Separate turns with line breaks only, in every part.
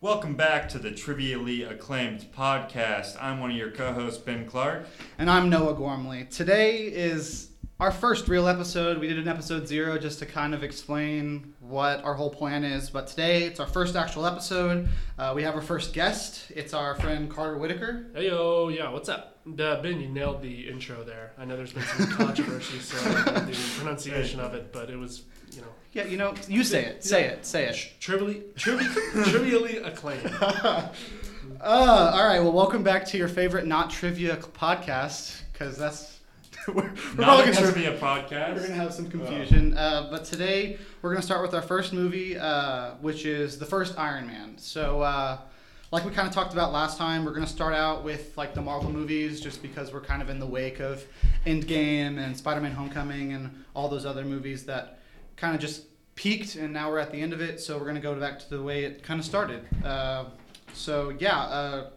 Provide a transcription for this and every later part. Welcome back to the Trivially Acclaimed podcast. I'm one of your co hosts, Ben Clark.
And I'm Noah Gormley. Today is our first real episode. We did an episode zero just to kind of explain what our whole plan is. But today, it's our first actual episode. Uh, we have our first guest. It's our friend Carter Whitaker.
Hey yo, yeah, what's up? Uh, ben, you nailed the intro there. I know there's been some controversy surrounding the pronunciation of it, but it was, you know,
Yeah, you know, you say it. Say it. Say it.
trivially, trivi- trivially acclaimed.
Uh, all right. Well, welcome back to your favorite not trivia podcast because that's we're, we're
Not
probably
a
gonna-
trivia
We're gonna
podcast.
have some confusion, uh, but today we're gonna start with our first movie, uh, which is the first Iron Man. So, uh, like we kind of talked about last time, we're gonna start out with like the Marvel movies, just because we're kind of in the wake of Endgame and Spider-Man: Homecoming and all those other movies that kind of just peaked, and now we're at the end of it. So we're gonna go back to the way it kind of started. Uh, so yeah, uh,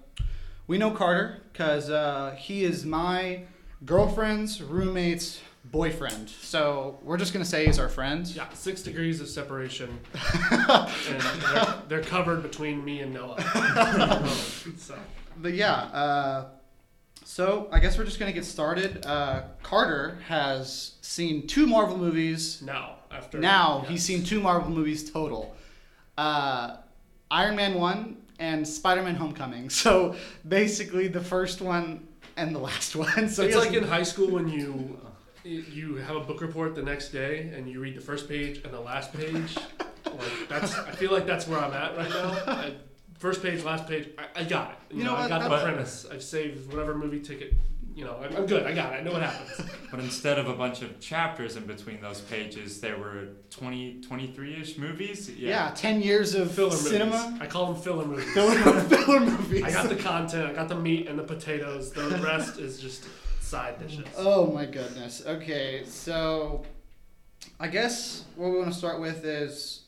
we know Carter because uh, he is my girlfriend's roommate's boyfriend. So we're just gonna say he's our friend.
Yeah, six degrees of separation, and they're, they're covered between me and Noah. so,
But yeah, uh, so I guess we're just gonna get started. Uh, Carter has seen two Marvel movies.
now after
Now
yeah.
he's seen two Marvel movies total. Uh, Iron Man one and Spider Man Homecoming. So basically the first one and the last one. So he
it's
has-
like in high school when you you have a book report the next day and you read the first page and the last page. like that's I feel like that's where I'm at right now. I, first page, last page. I, I got it. You,
You know
know,
what?
I got
That's-
the premise. I've saved whatever movie ticket. You know, I'm, I'm good. I got it. I know what happens.
But instead of a bunch of chapters in between those pages, there were 20, 23 ish movies.
yeah. ten years of
Filler movies.
cinema.
I call them filler movies.
Filler, filler movies.
I got the content. I got the meat and the potatoes. The rest is just side dishes.
Oh my goodness. Okay, so I guess what we want to start with is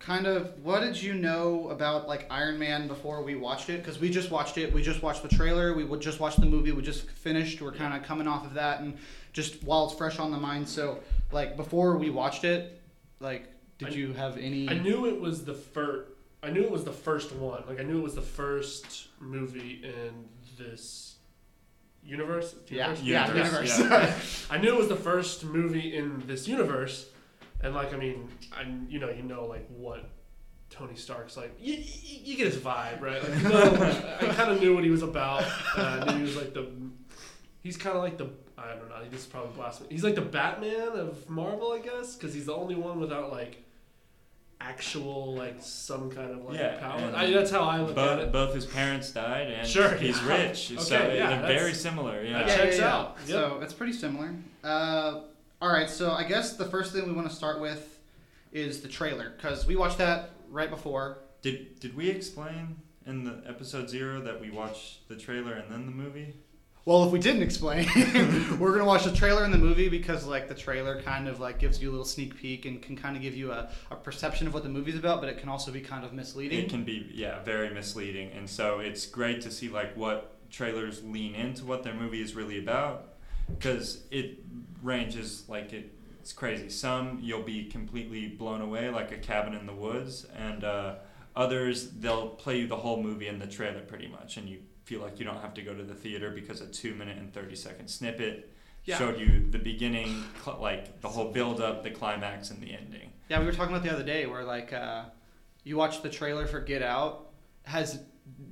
kind of what did you know about like Iron Man before we watched it? Because we just watched it. We just watched the trailer. We would just watch the movie. We just finished. We're kind of coming off of that and just while it's fresh on the mind. So like before we watched it, like did
I-
you have any?
I knew it was the first. I knew it was the first one. Like I knew it was the first movie in this universe.
yeah,
universe?
yeah,
Universe,
universe.
I knew it was the first movie in this universe, and like I mean, I you know you know like what Tony Stark's like. You, you, you get his vibe, right? Like, you know, I kind of knew what he was about. Uh, I knew he was like the. He's kind of like the. I don't know. This is probably blasphemy. He's like the Batman of Marvel, I guess, because he's the only one without like actual like some kind of like
Yeah,
power.
and
I, that's how I look at
Both,
it.
both his parents died, and
Sure,
he's
yeah.
rich.
Okay,
so
yeah,
they're
that's-
very similar. Yeah.
that's- checks out. Yep.
So it's pretty similar. Uh, all right, so I guess the first thing we want to start with is the trailer because we watched that right before.
Did, did we explain in the episode zero that we watched the trailer and then the movie?
Well, if we didn't explain, we're gonna watch the trailer and the movie because like the trailer kind of like gives you a little sneak peek and can kind of give you a, a perception of what the movie's about, but it can also be kind of misleading.
It can be yeah, very misleading. And so it's great to see like what trailers lean into what their movie is really about cuz it ranges like it, it's crazy. Some you'll be completely blown away like a cabin in the woods and uh, others they'll play you the whole movie in the trailer pretty much and you feel like you don't have to go to the theater because a 2 minute and 30 second snippet
Yeah.
showed you the beginning cl- like the whole build up, the climax and the ending.
Yeah, we were talking about the other day where like uh, you watch the trailer for Get Out has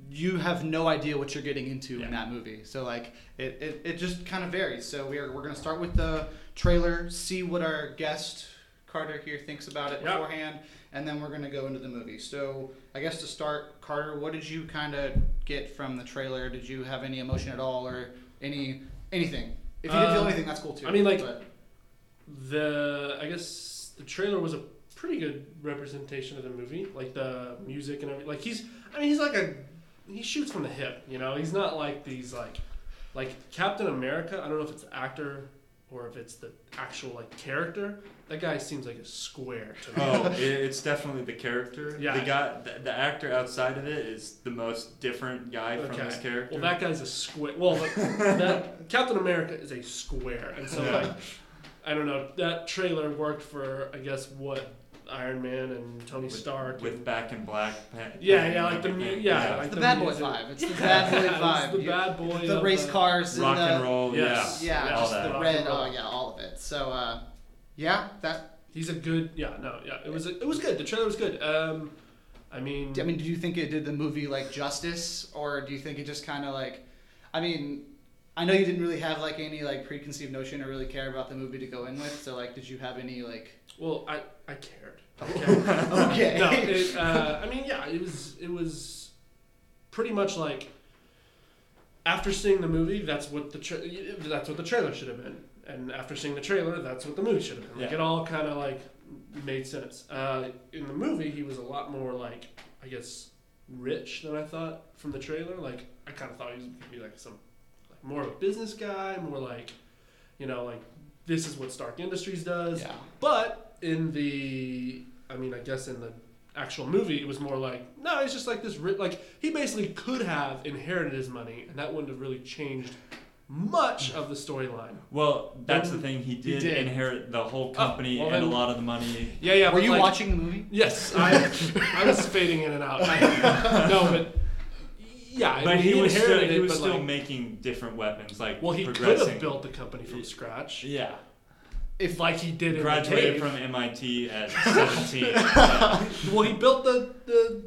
you have no idea what you're getting into
Yeah.
in that movie. So like it, it, it just kind of varies. So we are we're gonna start with the trailer, see what our guest Carter here thinks about it
Yeah.
beforehand, and then we're gonna go into the movie. So I guess to start, Carter, what did you kind of get from the trailer? Did you have any emotion at all or any anything? If you didn't feel
Um,
anything, that's cool too.
I mean, like,
but-
the I guess the trailer was a pretty good representation of the movie, like the music and everything. Like he's, I mean, he's like a he shoots from the hip, you know. He's not like these like like Captain America. I don't know if it's the actor or if it's the actual like character. That guy seems like a square to me.
Oh, i- it's definitely the character.
Yeah.
The guy, the, the actor outside of it is the most different guy from
Okay.
his character.
Well, that guy's a square. Well, that- that Captain America is a square, and so
Yeah.
like, I don't know. That trailer worked for I guess what Iron Man and Tony
With-
Stark.
with
and-
Back in Black. pa-
yeah,
and
yeah, like the mu-
everything.
yeah, like
the bad boy
music.
vibe. It's the bad boy
Yeah,
vibe.
it's the
You-
bad boy.
the
of
race cars
rock
and the
and roll.
uh, Yes.
yeah,
yeah,
Yeah,
all
just
that.
the
Rock
red.
and roll.
Oh yeah, all of it. So uh, yeah, that.
He's a good. Yeah, no, yeah. It was. It was good. The trailer was good. Um, I mean,
I mean, do you think it did the movie like justice, or do you think it just kind of like? I mean, I know you didn't really have like any like preconceived notion or really care about the movie to go in with. So like, did you have any like?
well, I I cared.
Okay.
no, it, uh, I mean, yeah, it was it was pretty much like after seeing the movie, that's what the tra- that's what the trailer should have been, and after seeing the trailer, that's what the movie should have been. Like
Yeah.
it all kind of like made sense. Uh, in the movie, he was a lot more like I guess rich than I thought from the trailer. Like I kind of thought he was gonna be like some like more of a business guy, more like you know like this is what Stark Industries does.
yeah.
But in the, I mean, I guess in the actual movie, it was more like, no, it's just like this. Ri- like he basically could have inherited his money, and that wouldn't have really changed much of the storyline.
Well, that's the
Then
thing. He did,
did. Oh,
inherit the whole company
well
and a
then-
lot of the money.
Yeah, yeah.
Were
but
you
like-
watching the movie?
Yes, I, I was fading in and out. I- no, but yeah, I
But
mean,
he, was still,
inherited
he
it,
was
but,
still
like,
making different weapons, like
well, he could
progressing.
have built the company from scratch,
Yeah,
if like he did in
graduated
the cave.
from MIT at 17. Yeah.
Well, he built the the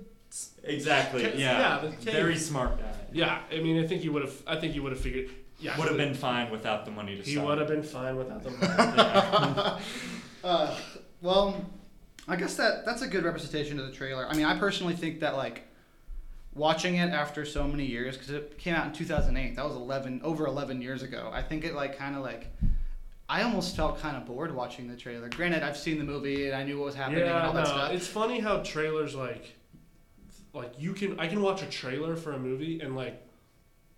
Exactly.
Yeah,
Yeah,
the cave.
very smart guy.
yeah. I mean, I think he would have. I think he would have figured. Yeah,
would have
but-
been fine without the money to
He
start.
would have been fine without the money.
Yeah.
Uh, well, I guess that that's a good representation of the trailer. I mean, I personally think that like watching it after so many years because it came out in 2008. That was 11 over 11 years ago. I think it like kind of like I almost felt kind of bored watching the trailer. Granted, I've seen the movie and I knew what was happening and
yeah,
all that
no,
stuff.
it's funny how trailers like, like you can I can watch a trailer for a movie and like,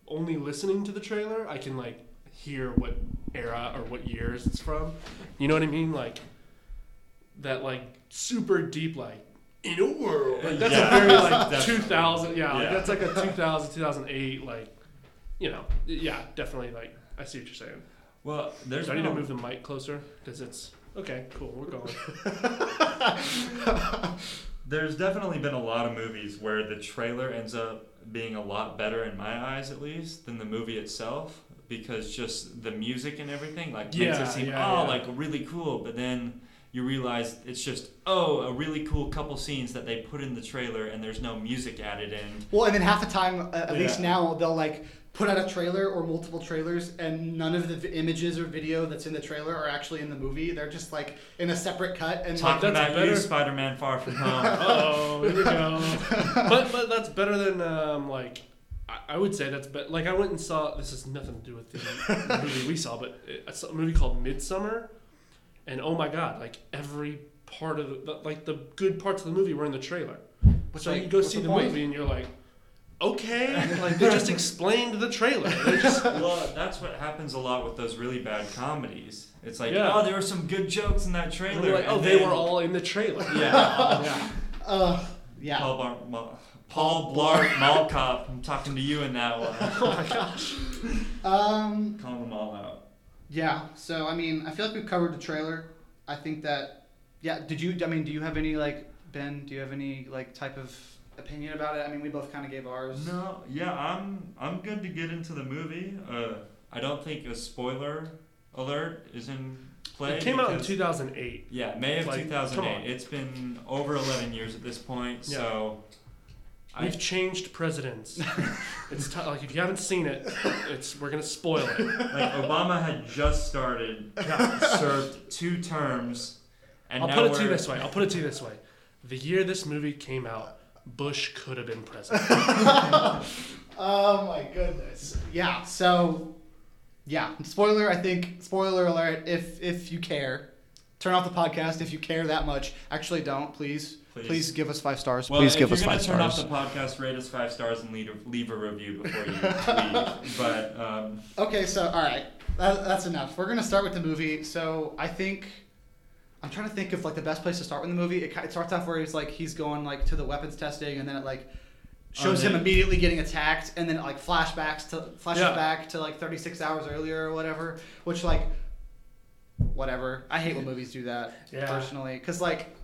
only listening to the trailer I can like hear what era or what years it's from. You know what I mean? Like, that like super deep like. In a world, like, that's
Yeah,
a very like
definitely.
two thousand, yeah, Like,
Yeah.
that's like a 2000, 2008, like, you know, yeah, definitely, like, I see what you're saying.
well, there's
Do I need
no,
to move the mic closer? Because it's okay. Cool, we're going.
there's definitely been a lot of movies where the trailer ends up being a lot better in my eyes at least than the movie itself because just the music and everything like makes
Yeah,
it seem
yeah,
oh
yeah.
like really cool but then you realize it's just oh a really cool couple scenes that they put in the trailer and there's no music added in
Well, and then half the time, uh, at
Yeah.
least now, they'll like put out a trailer or multiple trailers, and none of the v- images or video that's in the trailer are actually in the movie. They're just like in a separate cut. And like,
talking
that's
about you
better.
Spider-Man Far From Home
Oh, here we go. But but that's better than um like. I- I would say that's better. Like I went and saw. This has nothing to do with the movie we saw, but I saw a movie called Midsummer, and oh my god, like every part of the like the good parts of the movie were in the trailer.
What's
so
like-
you go
what's
see
the
the,
point?
movie and you're like, okay, like they just explained the trailer. They just
well that's what happens a lot with those really bad comedies it's like
Yeah.
oh there were some good jokes in that trailer
they're like, oh,
and
they
then-
were all in the trailer.
yeah
yeah.
uh, yeah.
Paul, Bar- Ma- Paul Blart Mall Cop. I'm talking to you in that one.
Oh my gosh.
Oh.
Um,
Calling them all out.
Yeah. So I mean, I feel like we've covered the trailer. I think that. Yeah. Did you? I mean, do you have any like Ben? Do you have any like type of opinion about it? I mean, we both kind of gave ours.
No, yeah, I'm I'm good to get into the movie. Uh, I don't think a spoiler alert is in play.
It came out in
because-
2008.
Yeah, May of
like, come
2008.
on.
It's been over 11 years at this point,
Yeah.
so I-
We've changed presidents. it's t- like if you haven't seen it, it's we're gonna spoil it.
like Obama had just started, served two terms, and
I'll
now
put it
we're,
to you this way. I'll put it to you this way. The year this movie came out, Bush could have been president.
Oh my goodness. Yeah. So. Yeah. Spoiler. I think. Spoiler alert. If if you care, turn off the podcast if you care that much. Actually, don't please. Please,
Please.
give us five stars.
Well,
please
if
give
you're
us
gonna
five
turn
stars.
off the podcast, rate us five stars, and leave a, leave a review before you leave. But um,
Okay, so all right, that, that's enough. We're gonna start with the movie. So I think I'm trying to think of like the best place to start with the movie. It, ki- it starts off where he's like he's going like to the weapons testing, and then it like shows
Oh,
him
they-
immediately getting attacked, and then like flashbacks to flashes
Yeah.
back to like 36 hours earlier or whatever. Which like whatever. I hate when movies do that
Yeah.
personally, because like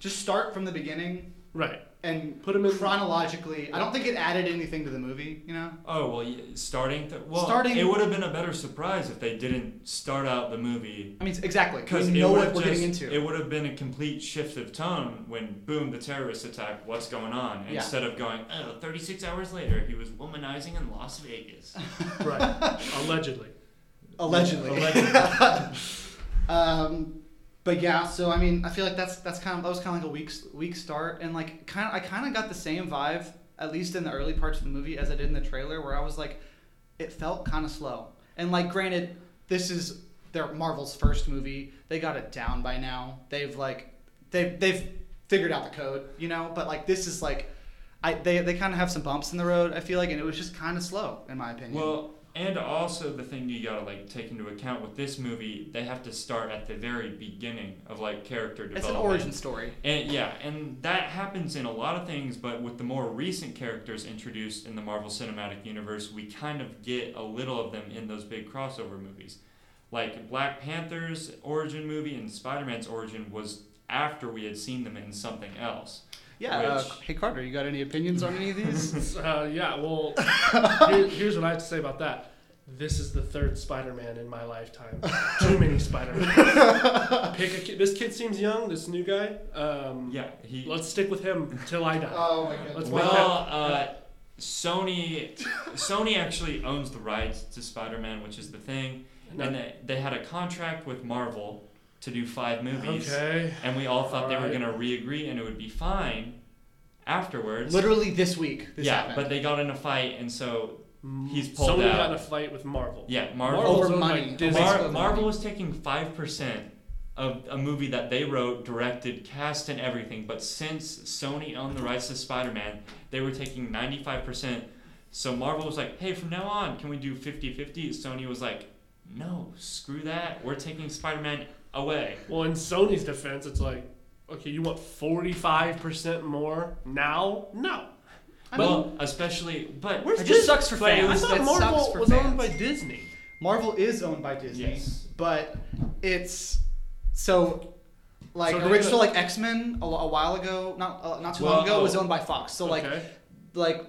just start from the beginning
Right.
and
Put 'em in-
chronologically. I don't think it added anything to the movie. You know,
Oh well, yeah, starting. Th- well,
Starting-
It would have been a better surprise if they didn't start out the movie
I mean it's- exactly because
because
we
it
know
would
what
have
we're getting
just-
into.
It would have been a complete shift of tone when boom, the terrorist attack. What's going on?
Yeah.
Instead of going, oh, 36 hours later, he was womanizing in Las Vegas.
Right. Allegedly.
Allegedly.
Allegedly.
um, but yeah, so I mean, I feel like that's that's kind of that was kind of like a weak s- weak start, and like kind of I kind of got the same vibe at least in the early parts of the movie as I did in the trailer, where I was like, it felt kind of slow. And like, granted, this is their Marvel's first movie; they got it down by now. They've like they've they've figured out the code, you know. But like, this is like. I, they, they kind of have some bumps in the road, I feel like, and it was just kind of slow, in my opinion.
Well, and also the thing you gotta like take into account with this movie, they have to start at the very beginning of like character
it's an
development.
origin story.
And yeah, and that happens in a lot of things, but with the more recent characters introduced in the Marvel Cinematic Universe, we kind of get a little of them in those big crossover movies. Like Black Panther's origin movie and Spider Man's origin was after we had seen them in something else.
Yeah. Uh,
Which-
hey Carter, you got any opinions on any of these?
Uh, yeah, well, here, here's what I have to say about that. This is the third Spider-Man in my lifetime. Too many Spider-Man. Pick a kid. This kid seems young. This new guy. Um,
Yeah, he
Let's stick with him till I die.
oh my
Let's make
well,
that.
uh, Sony, Sony actually owns the rights to Spider-Man, which is the thing,
No.
and they, they had a contract with Marvel to do five movies,
Okay.
and we all thought they were
Alright.
gonna re-agree and it would be fine afterwards.
Literally this week. This
yeah,
happened.
but they got in a fight, and so He's
Mm,
pulled
Sony
out.
got in a fight with Marvel.
yeah,
Marvel's
Marvel,
over
owned by
money.
Disney.
Mar-
Mar- Marvel was taking five percent. Of a movie that they wrote, directed, cast, and everything, but since Sony owned the rights to Spider-Man, they were taking 95%. So Marvel was like, hey, from now on, can we do 50 50? Sony was like, no, screw that. We're taking Spider Man away.
well, in Sony's defense, it's like, okay, you want 45% more now? No.
I mean,
well, especially, but
Where's
It just
Disney?
sucks for
But it
fans.
I
was-
thought
That sucks
Marvel
for
was owned
fans.
by Disney.
Marvel is owned by Disney,
Yes.
but it's so like
So they-
original like X Men a, a while ago, not uh, not too
Well,
long ago, was
oh.
owned by Fox. So like
okay.
like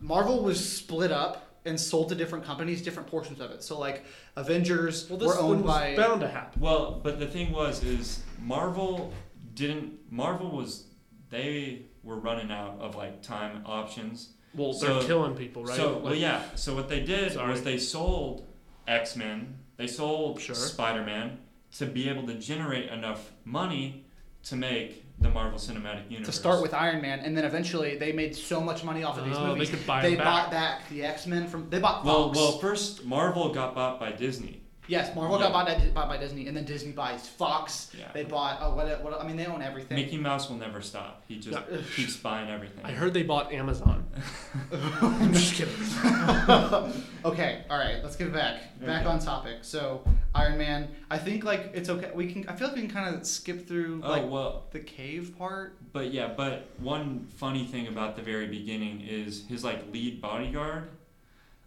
Marvel was split up and sold to different companies, different portions of it. So like Avengers
well, this
were
one
owned
was
by
bound to happen.
Well, but the thing was, is Marvel didn't. Marvel was. They were running out of like time options.
Well,
So-
they're killing people, right?
So,
Like,
well, yeah. So what they did
Sorry.
was they sold X Men, they sold
Sure.
Spider Man to be able to generate enough money to make the Marvel Cinematic Universe.
to start with Iron Man, and then eventually they made so much money off of these
Oh, they
movies.
could buy
they
them back.
bought back the X Men from they bought
Well,
Fox.
well, first Marvel got bought by Disney.
Yes, Marvel
Yeah.
got bought by, bought by Disney, and then Disney buys Fox.
Yeah.
They bought oh what, what I mean they own everything.
Mickey Mouse will never stop. He just
No.
keeps buying everything.
I heard they bought Amazon. I'm just kidding.
okay, all right, let's get back back
Okay.
on topic. So Iron Man, I think like it's okay. We can I feel like we can kind of skip through
Oh
like
well,
the cave part.
but yeah, but one funny thing about the very beginning is his like lead bodyguard,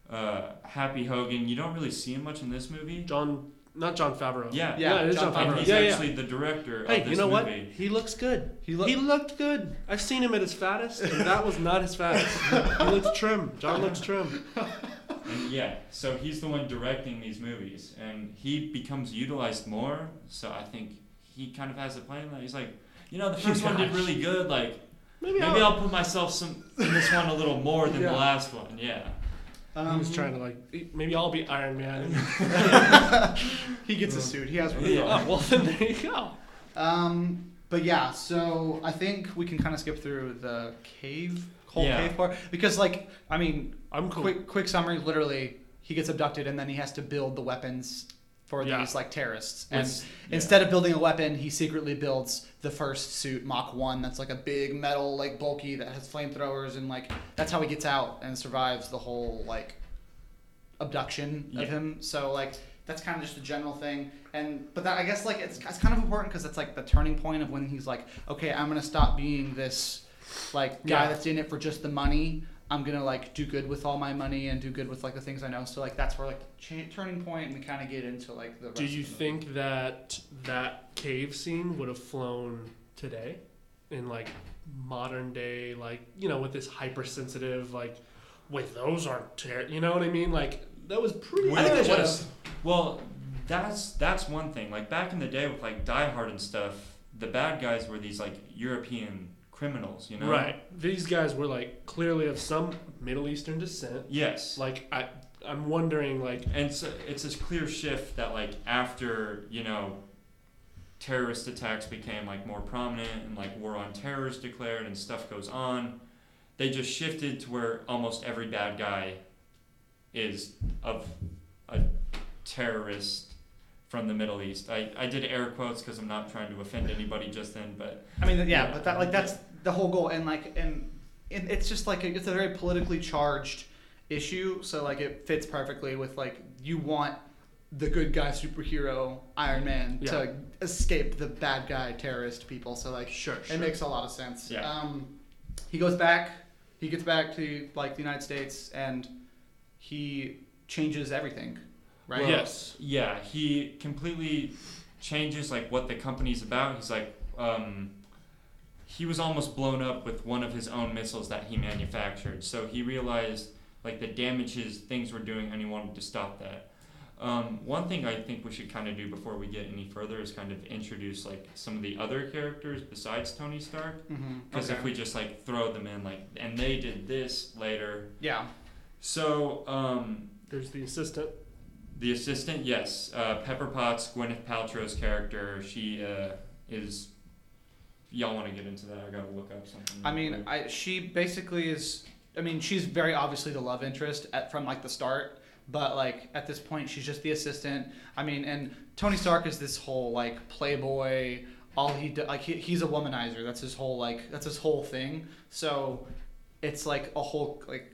uh, Happy Hogan. You don't really see him much in this movie.
John, not John Favreau.
Yeah,
Yeah,
it is
Jon
John
and
Favreau.
Favreau.
he's
Yeah, yeah.
actually the director of
Hey,
this
you know what?
movie.
He looks good.
He
He,
look-
looked good. I've seen him at his fattest, and that was not his fattest. he looks trim. John looks trim.
And yeah, so he's the one directing these movies, and he becomes utilized more. So I think he kind of has a plan. Like he's like, you know, the first one did
Gosh.
really good. Like
Maybe,
maybe
I'll,
I'll put myself some in this one a little more than
Yeah.
the last one. Yeah.
Um,
he was trying to like. Maybe I'll be Iron Man.
He gets a suit. He has one.
Yeah.
Oh, well, then there you go.
Um, but yeah, so I think we can kind of skip through the cave whole
Yeah.
cave part because like I mean
I'm cool.
quick quick summary literally he gets abducted and then he has to build the weapons for
Yeah.
these like terrorists and
Which- yeah.
instead of building a weapon he secretly builds the first suit mach 1 that's like a big metal like bulky that has flamethrowers and like that's how he gets out and survives the whole like abduction
Yeah.
of him so like that's kind of just a general thing and but that i guess like it's, it's kind of important because it's like the turning point of when he's like okay i'm gonna stop being this like guy
Yeah.
that's in it for just the money i'm gonna like do good with all my money and do good with like the things i know so like that's where like the cha- turning point and we kind of get into like the rest
Do you
of the-
think that that cave scene would have flown today? in like modern day, like you know, with this hypersensitive, like, wait, those aren't, ter-, you know what I mean? Like that was pretty.
Well,
I think
it
they should've-
was- Well, that's that's one thing. Like back in the day with like Die Hard and stuff, the bad guys were these like European criminals, you know?
Right. These guys were like clearly of some Middle Eastern descent.
Yes.
Like I, I'm wondering like
and so it's this clear shift that like after you know terrorist attacks became like more prominent and like war on terror is declared and stuff goes on they just shifted to where almost every bad guy is of a terrorist from the middle east i, I did air quotes because i'm not trying to offend anybody just then but
I mean, yeah,
Yeah.
but that like that's the whole goal, and like, and it, it's just like a, it's a very politically charged issue, so like it fits perfectly with like you want the good guy superhero Iron Man to escape the bad guy terrorist people, so like
sure,
it makes a lot of sense.
Yeah.
Um, he goes back. He gets back to like the United States, and he changes everything, right?
yes.
yeah he completely changes like what the company's about he's like um, he was almost blown up with one of his own missiles that he manufactured so he realized like the damages things were doing and he wanted to stop that um, one thing i think we should kind of do before we get any further is kind of introduce like some of the other characters besides tony stark
Mm-hmm.
because if we just like throw them in like and they did this later
yeah,
so um,
There's the assistant.
the assistant, yes. Uh, Pepper Potts, Gwyneth Paltrow's character. She uh, is. Y'all want to get into that? I gotta look up something.
I mean, I she basically is. I mean, she's very obviously the love interest at, from like the start, but like at this point, she's just the assistant. I mean, and Tony Stark is this whole like playboy. All he do, like he, he's a womanizer. That's his whole like that's his whole thing. So it's like a whole like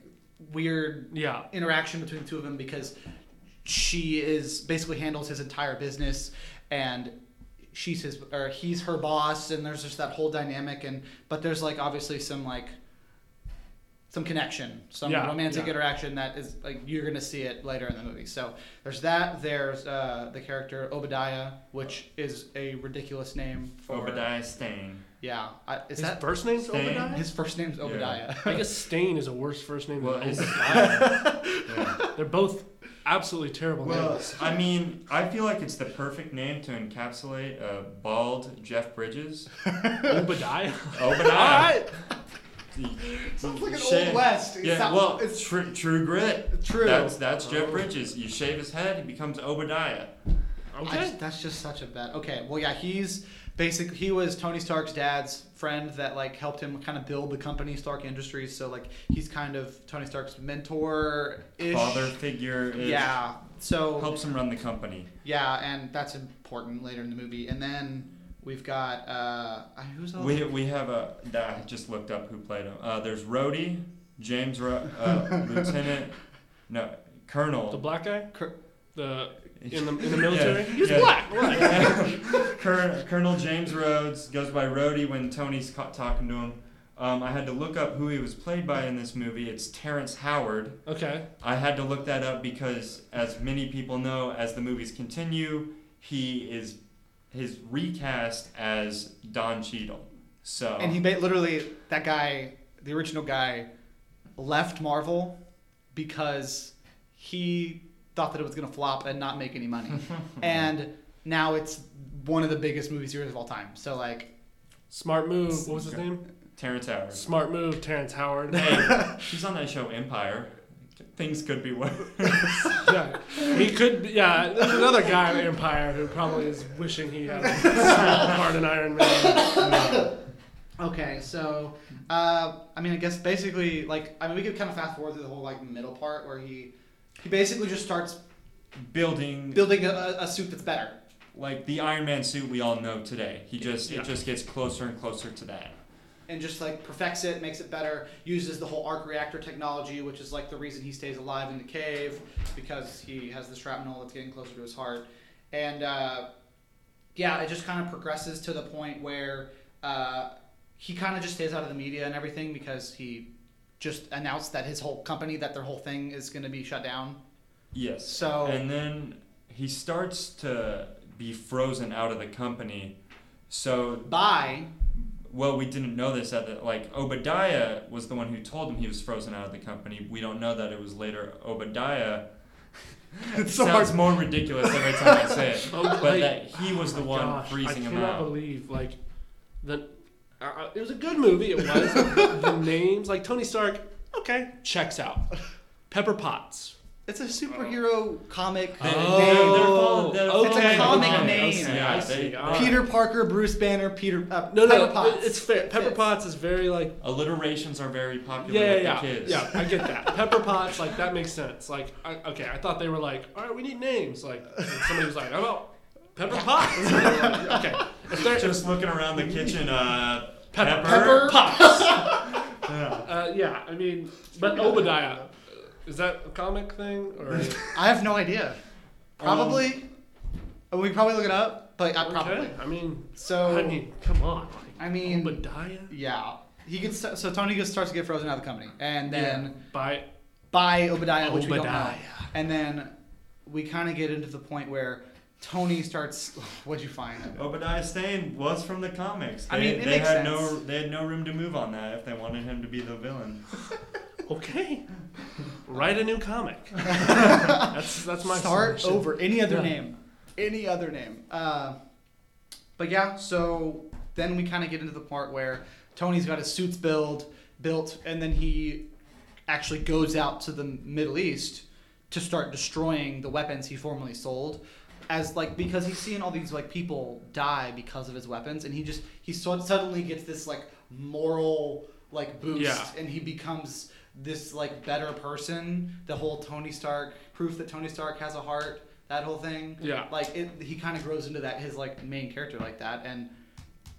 weird
Yeah.
interaction between the two of them because she is basically handles his entire business and she's his or he's her boss and there's just that whole dynamic and but there's like obviously some like some connection some
Yeah,
romantic
yeah.
interaction that is like you're gonna see it later in the movie so there's that there's uh, the character obadiah which is a ridiculous name for
Obadiah Stane.
yeah I, is
His
that
first name's
Stain?
Obadiah?
his first name's
Yeah.
obadiah
I guess Stain is a worse first name
Well,
than
it's,
Obadiah.
I, yeah.
They're both absolutely terrible
well,
names.
I mean, I feel like it's the perfect name to encapsulate uh, bald Jeff Bridges. Oh,
Obadiah.
Obadiah.
sounds like an
Shame.
old west It
Yeah,
sounds-
well,
it's
it's true, true grit.
True.
That's that's Jeff
Oh.
Bridges. You shave his head, he becomes Obadiah.
I
Okay.
just- that's just such a bad. Okay, well, yeah, he's basically he was Tony Stark's dad's friend that like helped him kind of build the company Stark Industries. So like he's kind of Tony Stark's mentor ish.
Father figure. Is,
Yeah. So
Helps him run the company.
yeah, and that's important later in the movie. And then we've got uh, I- who's the
We, we have a that I just looked up who played him. Uh, there's Rhodey, James Ro- uh, Lieutenant, no
The
Colonel.
black guy?
Cur-
The in the in the military?
Yeah,
He's
yeah.
black. What?
Cur- Colonel James Rhodes goes by Rhodey when Tony's ca- talking to him. Um, I had to look up who he was played by in this movie. It's Terrence Howard.
Okay.
I had to look that up because, as many people know, as the movies continue, he is his recast as Don Cheadle. So
And he ba- literally that guy, the original guy, left Marvel because he thought that it was going to flop and not make any money. and now it's one of the biggest movie series of all time. So like,
Smart move. What was his name?
Terrence Howard.
Smart move, Terrence Howard.
hey, she's on that show Empire. Things could be worse.
yeah. He could be, yeah, there's another guy in Empire who probably is wishing he had a small part in Iron Man.
okay, so uh, I mean, I guess basically like I mean, we could kind of fast forward through the whole like middle part where he he basically just starts
Building
building a- a, a suit that's better.
like the Iron Man suit we all know today. He just
Yeah.
it just gets closer and closer to that.
and just like perfects it, makes it better, uses the whole arc reactor technology, which is like the reason he stays alive in the cave because he has the shrapnel that's getting closer to his heart. And uh, yeah, it just kind of progresses to the point where uh, he kind of just stays out of the media and everything because he just announced that his whole company, that their whole thing is going to be shut down.
Yes.
So-
and then he starts to be frozen out of the company. So
By
well, we didn't know this at the like Obadiah was the one who told him he was frozen out of the company. We don't know that it was later Obadiah. it
It's so
sounds
hard.
more ridiculous every time I say it,
Oh,
but
like- oh
that he was the
my
one
gosh,
freezing
I
him
cannot
out.
believe like the. Uh, uh, it was a good movie. It was the names like Tony Stark. Okay, checks out. Pepper Potts.
It's a superhero comic.
They-
Oh,
they- they're following- they're
okay.
It's
following
a comic
along.
name.
Yeah,
I
they-
see.
they-
All right.
Peter Parker, Bruce Banner, Peter. Uh,
Oh. No, no,
Pepper Potts.
it's fair. Pepper
Fits.
Potts is very like
Alliterations are very popular
yeah,
with
yeah,
the
yeah,
kids.
yeah. I get that. Pepper Potts, like that makes sense. Like, I, okay, I thought they were like, all right, we need names. Like, and somebody was like, oh, no, Pepper Potts. okay, if they're
Just looking around the kitchen, uh,
Pepper,
Pepper.
Potts.
Yeah.
Uh, yeah, I mean, but Obadiah, is that a comic thing or?
I have no idea. Probably. uh, we probably look it up, but I probably.
Um, Okay, I mean,
So
I mean, come on. Like,
I mean-
Obadiah.
yeah, he gets so Tony gets starts to get frozen out of the company, and then
by
by Obadiah, which we don't know.
Obadiah.
And then we kind of get into the point where Tony starts. What'd you find?
Obadiah Stane was from the comics. They,
I mean, it
they
makes
had no
sense.
they had no room to move on that if they wanted him to be the villain.
okay, write a new comic. that's that's my
Start
solution.
over. Any other
Yeah.
name. Any other name. Uh, but yeah, so then we kind of get into the part where Tony's got his suits build built, and then he actually goes out to the Middle East to start destroying the weapons he formerly sold. As like because he's seeing all these like people die because of his weapons, and he just he so- suddenly gets this like moral like boost,
Yeah.
and he becomes this like better person. The whole Tony Stark proof that Tony Stark has a heart, that whole thing.
Yeah.
like it, he kind of grows into that his like main character like that, and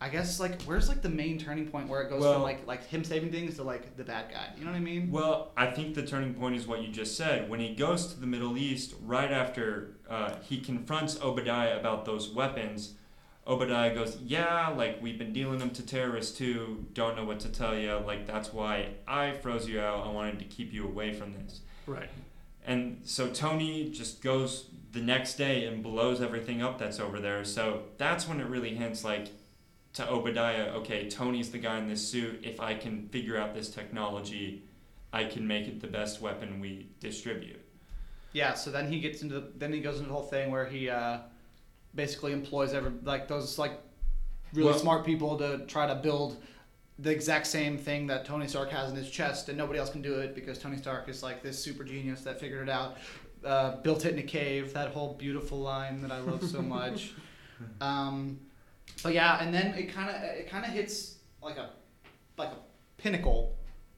I guess like where's like the main turning point where it goes
Well-
from like like him saving things to like the bad guy. You know what I mean?
Well, I think the turning point is what you just said. When he goes to the Middle East, right after uh, he confronts Obadiah about those weapons, Obadiah goes, "Yeah, like we've been dealing them to terrorists too. Don't know what to tell you. Like that's why I froze you out. I wanted to keep you away from this."
Right.
And so Tony just goes the next day and blows everything up that's over there. So that's when it really hints like to Obadiah, okay, Tony's the guy in this suit. If I can figure out this technology, I can make it the best weapon we distribute.
Yeah, so then he gets into the, then he goes into the whole thing where he uh, basically employs every like those like really
Well-
smart people to try to build the exact same thing that Tony Stark has in his chest, and nobody else can do it because Tony Stark is like this super genius that figured it out, uh, built it in a cave. That whole beautiful line that I love so much. Um, but yeah, and then it kind of it kind of hits like a like a pinnacle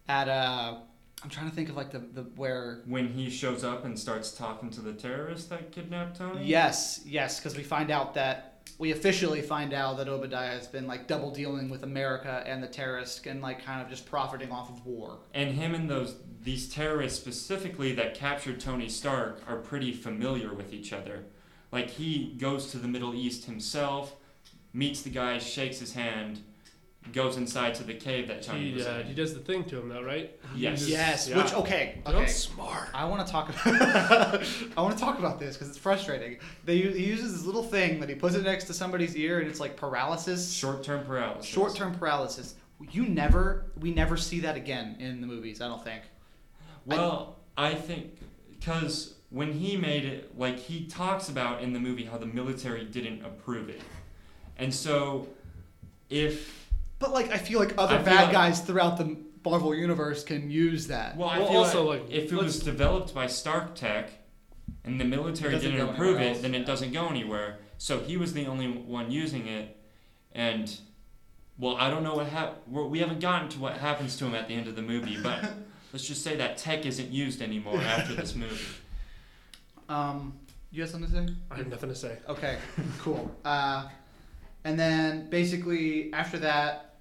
at uh I'm trying to think of like the, the where
When he shows up and starts talking to the terrorist that kidnapped Tony?
Yes, yes, because we find out that we officially find out that Obadiah has been like double dealing with America and the terrorists and like kind of just profiting off of war.
And him and those these terrorists specifically that captured Tony Stark are pretty familiar with each other. Like he goes to the Middle East himself, meets the guy, shakes his hand, goes inside to the cave that Tony
He,
was
uh,
in.
he does the thing to him though, right?
Yes.
Yes,
Yeah.
which okay,
Don't
okay.
smart.
I want to talk. About, I want to talk about this because it's frustrating. They u- he uses this little thing that he puts it next to somebody's ear and it's like paralysis,
Short-term paralysis.
short-term paralysis. You never, we never see that again in the movies. I don't think.
Well, I think because when he made it, like he talks about in the movie how the military didn't approve it, and so if
But like, I feel like other
I feel
bad
like-
guys throughout the Marvel universe can use that.
Well, I
Well,
feel
also,
like,
like,
if it was developed by Stark Tech and the
It
military
doesn't
didn't
go
approve
anywhere
it,
else,
then
yeah.
it doesn't go anywhere. So he was the only one using it, and well, I don't know what hap- we're- we haven't gotten to what happens to him at the end of the movie, but let's just say that tech isn't used anymore after this movie.
Um, you have something to say?
I have nothing to say.
Okay, cool. Uh, and then basically after that,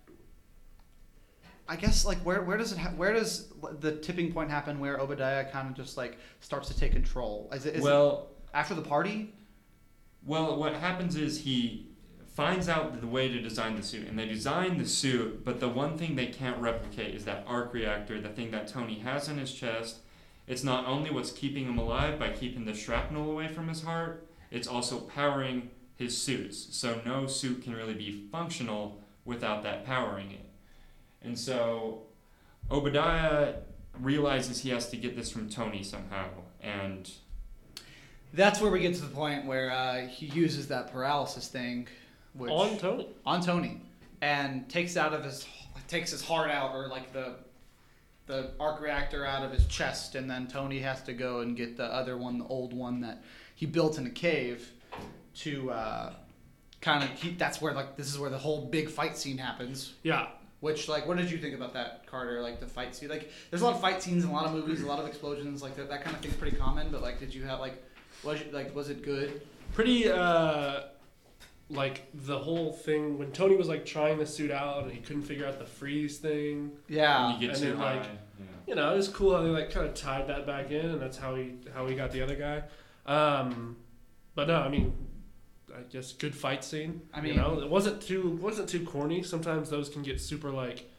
I guess like where where does it ha- where does the tipping point happen where Obadiah kind of just like starts to take control? Is it, is it
well,
after the party?
Well, what happens is he finds out the way to design the suit, and they design the suit, but the one thing they can't replicate is that arc reactor, the thing that Tony has in his chest. It's not only what's keeping him alive by keeping the shrapnel away from his heart, it's also powering his suits. So no suit can really be functional without that powering it. And so Obadiah realizes he has to get this from Tony somehow. And
That's where we get to the point where uh, he uses that paralysis thing, which
on Tony.
on Tony, and takes out of his takes his heart out or like the the arc reactor out of his chest, and then Tony has to go and get the other one, the old one that he built in a cave, to uh, kind of keep. That's where like this is where the whole big fight scene happens.
Yeah,
Which like, what did you think about that, Carter? Like the fight scene, like there's a lot of fight scenes in a lot of movies, a lot of explosions, like that, that kind of thing's pretty common. But like, did you have like, was it, like was it good?
pretty uh like the whole thing when Tony was like trying the suit out and he couldn't figure out the freeze thing.
Yeah,
you get
Ah, and
too
then, like,
high, yeah.
You know, it was cool how they like kind of tied that back in, and that's how he how he got the other guy. Um, but no, I mean, I guess good fight scene.
I
you
mean-
know, it wasn't too wasn't too corny. Sometimes those can get super like.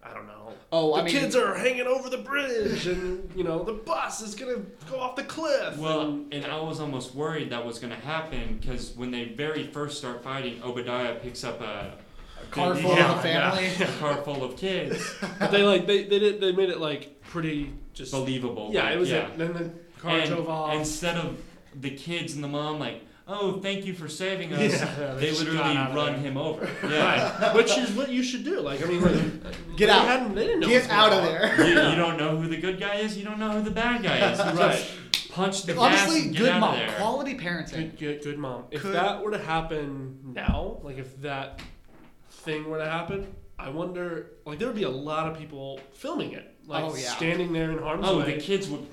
I don't know.
Oh,
the
I mean-
kids are hanging over the bridge, and you know the bus is gonna go off the cliff.
Well,
and-
and I was almost worried that was going to happen because when they very first start fighting, Obadiah picks up a, a
car
big-
full
Yeah,
of the family.
a car full of kids.
but they like they they did they made it like pretty just
Believable.
Yeah,
like,
it was.
yeah.
it. Then the car
and,
drove off.
Instead of the kids and the mom like, oh, thank you for saving us,
Yeah,
they,
they just
literally
got out of
run
there.
him over. Yeah.
Right. Which is what you should do. Like, I mean, like,
Get
they
out.
Hadn't, they didn't know
Get
what's going
out of
on.
you,
there.
you don't know who the good guy is. You don't know who the bad guy is. You
Right.
Just punch the gas
Honestly,
and get
good
out
mom,
of there.
quality parenting.
Good, good, good mom. If
Could-
that were to happen now, like if that thing were to happen, I wonder, like, there would be a lot of people filming it, like
Oh, yeah.
standing there in harm's
oh, the
way.
kids would.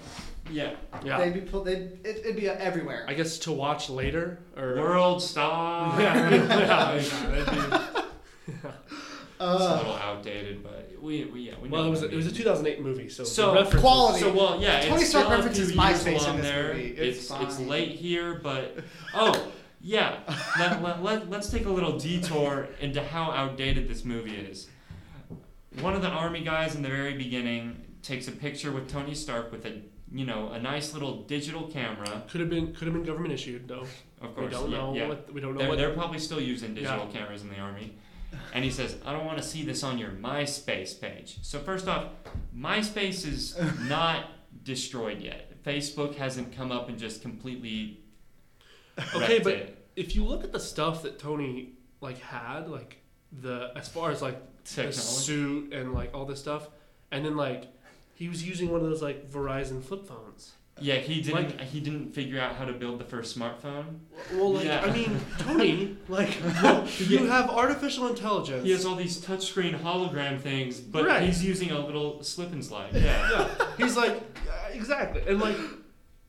Yeah.
yeah.
They'd be pull- they'd, it, it'd be everywhere.
I guess to watch later or.
World star.
yeah, yeah, that'd be-
It's a
Uh,
little outdated, but we, we yeah we know.
well, it was
what
a,
you
it was a
mean.
2008 movie, so,
So,
the references-
quality.
So well, yeah.
Tony
it's still a
Stark
few
references
years
MySpace
along
in this
there.
movie. It's
It's it's
fine.
late here, but oh yeah. let, let, let, let's take a little detour into how outdated this movie is. One of the army guys in the very beginning takes a picture with Tony Stark with a you know a nice little digital camera.
Could have been could have been government issued though.
Of
We
course,
don't
yeah,
know
yeah.
what we don't know
They're,
what
they're probably still using digital cameras in the army. And he says, I don't want to see this on your MySpace page. So, first off, MySpace is not destroyed yet. Facebook hasn't come up and just completely.
Okay,
wrecked
but
it.
if you look at the stuff that Tony like had, like the as far as like the
Technology.
suit and like all this stuff, and then like he was using one of those like Verizon flip phones.
Yeah, he didn't.
like-
he didn't figure out how to build the first smartphone.
Well, like
Yeah.
I mean, Tony, like you have artificial intelligence.
He has all these touchscreen hologram things, but
Right.
he's using a little slip and slide. Yeah,
yeah, he's like yeah, exactly, and like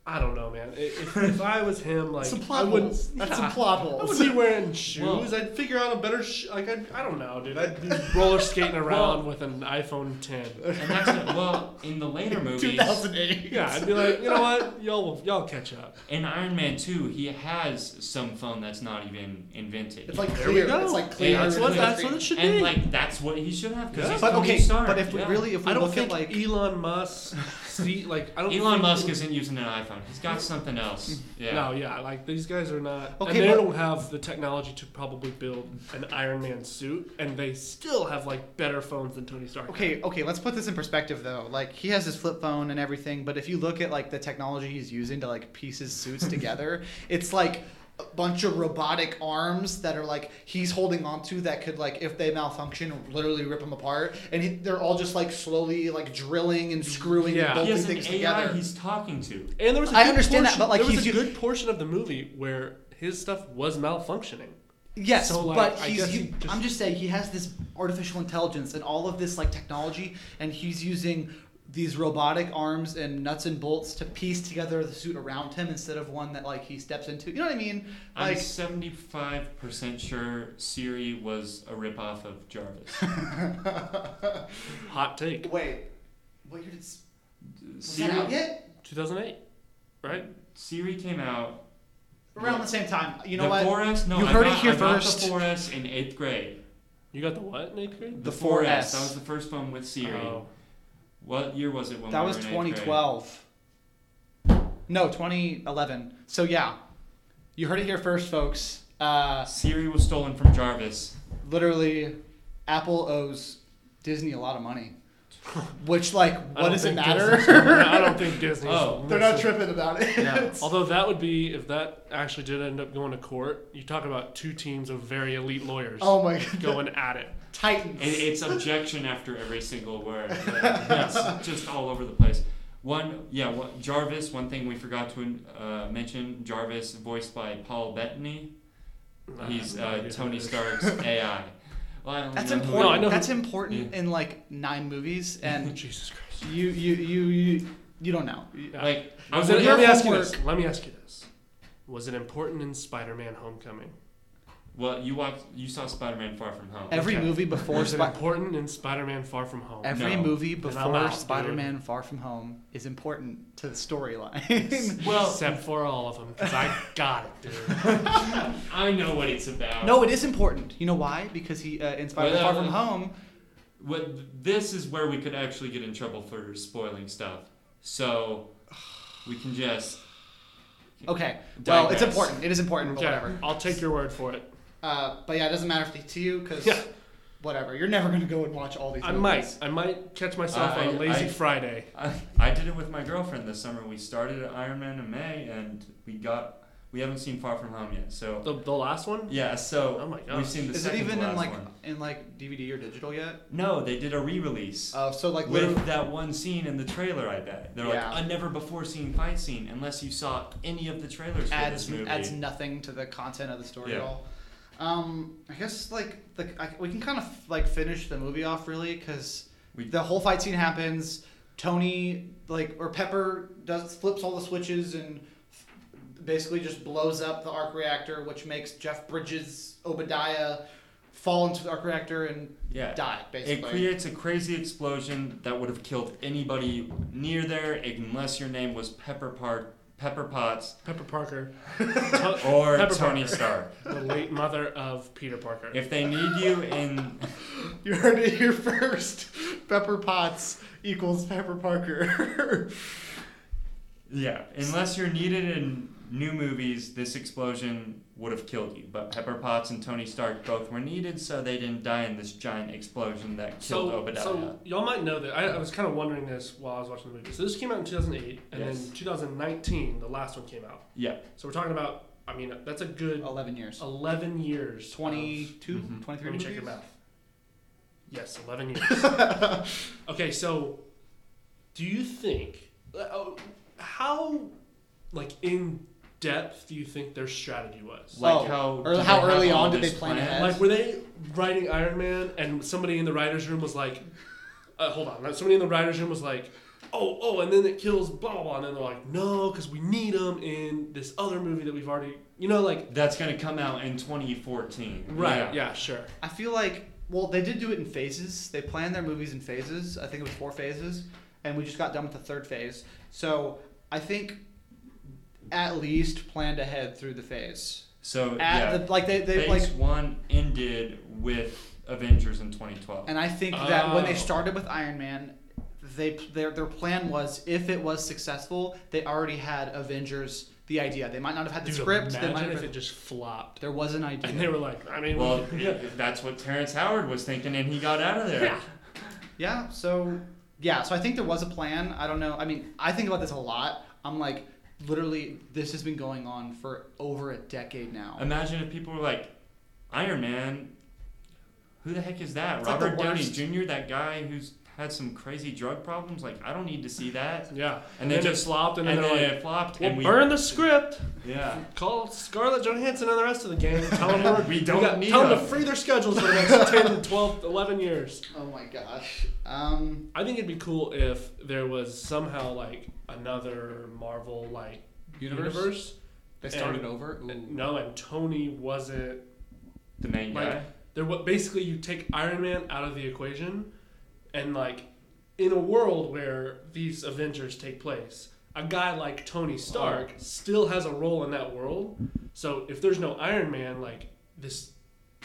I don't know, man. I- If, if I was him, like
some
I
plot
wouldn't.
holes. That's some
Yeah.
plot
I
holes.
would be wearing shoes.
Well-
I'd figure out a better sh- like I'd, I don't know, dude. I'd be roller skating around with an iPhone 10.
and that's it. well in the later movies.
2008.
Yeah, I'd be like, you know what, y'all will, y'all catch up.
In Iron Man Two, he has some phone that's not even invented.
It's like
There
clear.
we go.
It's like
Yeah,
clear.
that's what-
that's what it should
and
be.
like that's what he should have because
Yeah.
he's
But
Tony
okay,
Stark.
but if we
yeah.
really, if we
I don't
look
think
at like,
Elon Musk. See, like I don't.
Elon
think-
Musk isn't using an iPhone, he's got something
Mm.
else. Yeah.
No, yeah, like these guys are not.
Okay,
and they
but-
don't have the technology to probably build an Iron Man suit, and they still have like better phones than Tony Stark.
okay, okay, let's put this in perspective though. Like he has his flip phone and everything, but if you look at like the technology he's using to like piece his suits together, it's like a bunch of robotic arms that are like he's holding onto that could like if they malfunction literally rip him apart, and he, they're all just like slowly like drilling and screwing
Yeah.
and
He
bolting
has an AI
things together.
he's talking to.
And there was a
I
good
understand that,
portion-
but, like,
there was
he's
a
u-
good portion of the movie where his stuff was malfunctioning.
Yes,
So, like,
but
I
he's.
guess
u-
he just-
I'm just saying he has this artificial intelligence and all of this like technology, and he's using these robotic arms and nuts and bolts to piece together the suit around him instead of one that like he steps into. You know what I mean?
I'm
Like,
seventy five percent sure Siri was a ripoff of Jarvis.
Hot take.
wait, what year did s- was that out
Siri,
yet?
2008, right?
Siri came out.
Around the same time. You know
the
what?
4S? No,
You
I
heard it
got,
here
I got
first.
the 4S in eighth grade.
You got the what in eighth grade?
The 4S.
That was the first phone with Siri.
Oh.
What year was it when
that
we
was
were in eighth grade?
2012. No, 2011. So yeah, you heard it here first, folks. Uh,
Siri was stolen from Jarvis.
literally, Apple owes Disney a lot of money. Which, like,
I
what
don't
does it
think
matter?
Disney's gonna- I don't think Disney's.
Oh,
They're not
listening.
tripping about it.
Yeah. Although that would be if that actually did end up going to court. You talk about two teams of very elite lawyers
oh my god,
going at it.
Titans.
It, it's objection after every single word. yes, just all over the place. One, yeah, what, Jarvis. One thing we forgot to uh, mention: Jarvis, voiced by Paul Bettany. He's
I have no
uh,
idea who
Tony
it is.
Stark's AI. Well, I don't
That's
know who-
No, I
important.
know who-
That's important in like nine movies, and
Jesus Christ.
you you you you you don't know.
Yeah.
Like, I
Was
would-
it,
your
let me ask you
homework-
this. Let me ask you this. Was it important in Spider-Man: Homecoming?
well, you watched, you saw Spider-Man: Far From Home.
Every
Okay.
movie before
Was it
Spi-
important in Spider-Man: Far From Home?
every
No.
movie
Then I'm
before
out, dude.
Spider-Man: Far From Home is important to the storyline.
Well-
except for all of them, because I got it, dude.
I know what it's about.
no, it is important. You know why? Because he uh, in Spider-Man:
Well,
Far From
uh,
Home.
What this is where we could actually get in trouble for spoiling stuff. So we can just
Okay. Well, it's
digress.
important. It is important, but
Okay,
whatever.
I'll take your word for it.
Uh, but yeah, it doesn't matter if it's to you because
Yeah.
whatever. You're never gonna go and watch all these.
I
movies.
might. I might catch myself
I-
on a lazy
I-
Friday.
I, I did it with my girlfriend this summer. We started at Iron Man in May, and we got we haven't seen Far From Home yet. So
The, the last one?
yeah, so
Oh my gosh.
we've seen the
Is it
second
even
to
in
last
like
one.
in like DVD or digital yet?
No, they did a re-release
Uh, so like literally,
with that one scene in the trailer. I bet they're
Yeah.
like a never before seen fight scene unless you saw any of the trailers for
adds
this movie.
adds nothing to the content of the story at
Yeah.
all. Um, I guess like the I, we can kind of like finish the movie off really because
We-
the whole fight scene happens. Tony like or Pepper does flips all the switches and f- basically just blows up the arc reactor, which makes Jeff Bridges Obadiah fall into the arc reactor and
yeah,
die
It
basically.
creates a crazy explosion that would have killed anybody near there unless your name was Pepper Park, Pepper Potts,
Pepper Parker. To-
or
Pepper
Tony
Parker.
Stark.
the late mother of Peter Parker.
If they need you in,
you heard it here first. Pepper Potts equals Pepper Parker.
yeah, unless you're needed in new movies, this explosion would have killed you. But Pepper Potts and Tony Stark both were needed, so they didn't die in this giant explosion that killed
so,
Obadiah.
so y'all might know that. I, I was kind of wondering this while I was watching the movie. So this came out in 2008, and
Yes.
then 2019, the last one came out.
yeah,
So we're talking about. I mean, that's a good
Eleven years.
11 years. of-
22,
Mhm.
23
Mm-hmm. Let me
movies?
check your mouth. Yes, 11 years. okay, so do you think, uh, how, like, in depth do you think their strategy was?
like
Oh,
how
or
did
how
they have
early
all
on did
this
they plan
planned?
ahead?
Like, were they writing Iron Man and somebody in the writer's room was like, uh, hold on, like, somebody in the writer's room was like, oh, oh, and then it kills blah, blah, blah. And then they're like, no, because we need him in this other movie that we've already, you know, like,
That's gonna come out in 2014.
right, yeah, sure.
I feel like, well, they did do it in phases. They planned their movies in phases. I think it was four phases, and we just got done with the third phase. So I think at least planned ahead through the phase.
So
At
yeah.
the, like they, they
Phase
like,
one ended with Avengers in 2012.
and I think that when they
Oh.
started with Iron Man, they their their plan was if it was successful, they already had Avengers the idea. They might not have had the
Dude,
script. They might
imagine
have
if it
been,
just flopped.
there was an idea.
And they were like, I mean,
well, it- that's what Terrence Howard was thinking, and he got out of there.
Yeah.
Yeah, so yeah, so I think there was a plan. I don't know. I mean, I think about this a lot. I'm like, literally, this has been going on for over a decade now.
Imagine if people were like, Iron Man, who the heck is that?
It's like the
Robert Downey
worst-
Jr., that guy who's had some crazy drug problems? Like, I don't need to see that.
yeah.
And they
then
just
it flopped, and
And,
then
then
they're like,
it flopped,
we'll
and we
burn the script.
Yeah.
Call Scarlett Johansson and the rest of the gang. Tell them, we're-
We don't
got-
need
tell them to
them.
free their schedules for the next 10, 12, 11 years.
Oh my gosh. Um,
I think it'd be cool if there was somehow like another Marvel like universe.
They started
started
over.
And no, and Tony wasn't.
The main
Like-
guy.
There, wa- basically, you take Iron Man out of the equation, and like in a world where these Avengers take place, a guy like Tony Stark still has a role in that world. So if there's no Iron Man, like this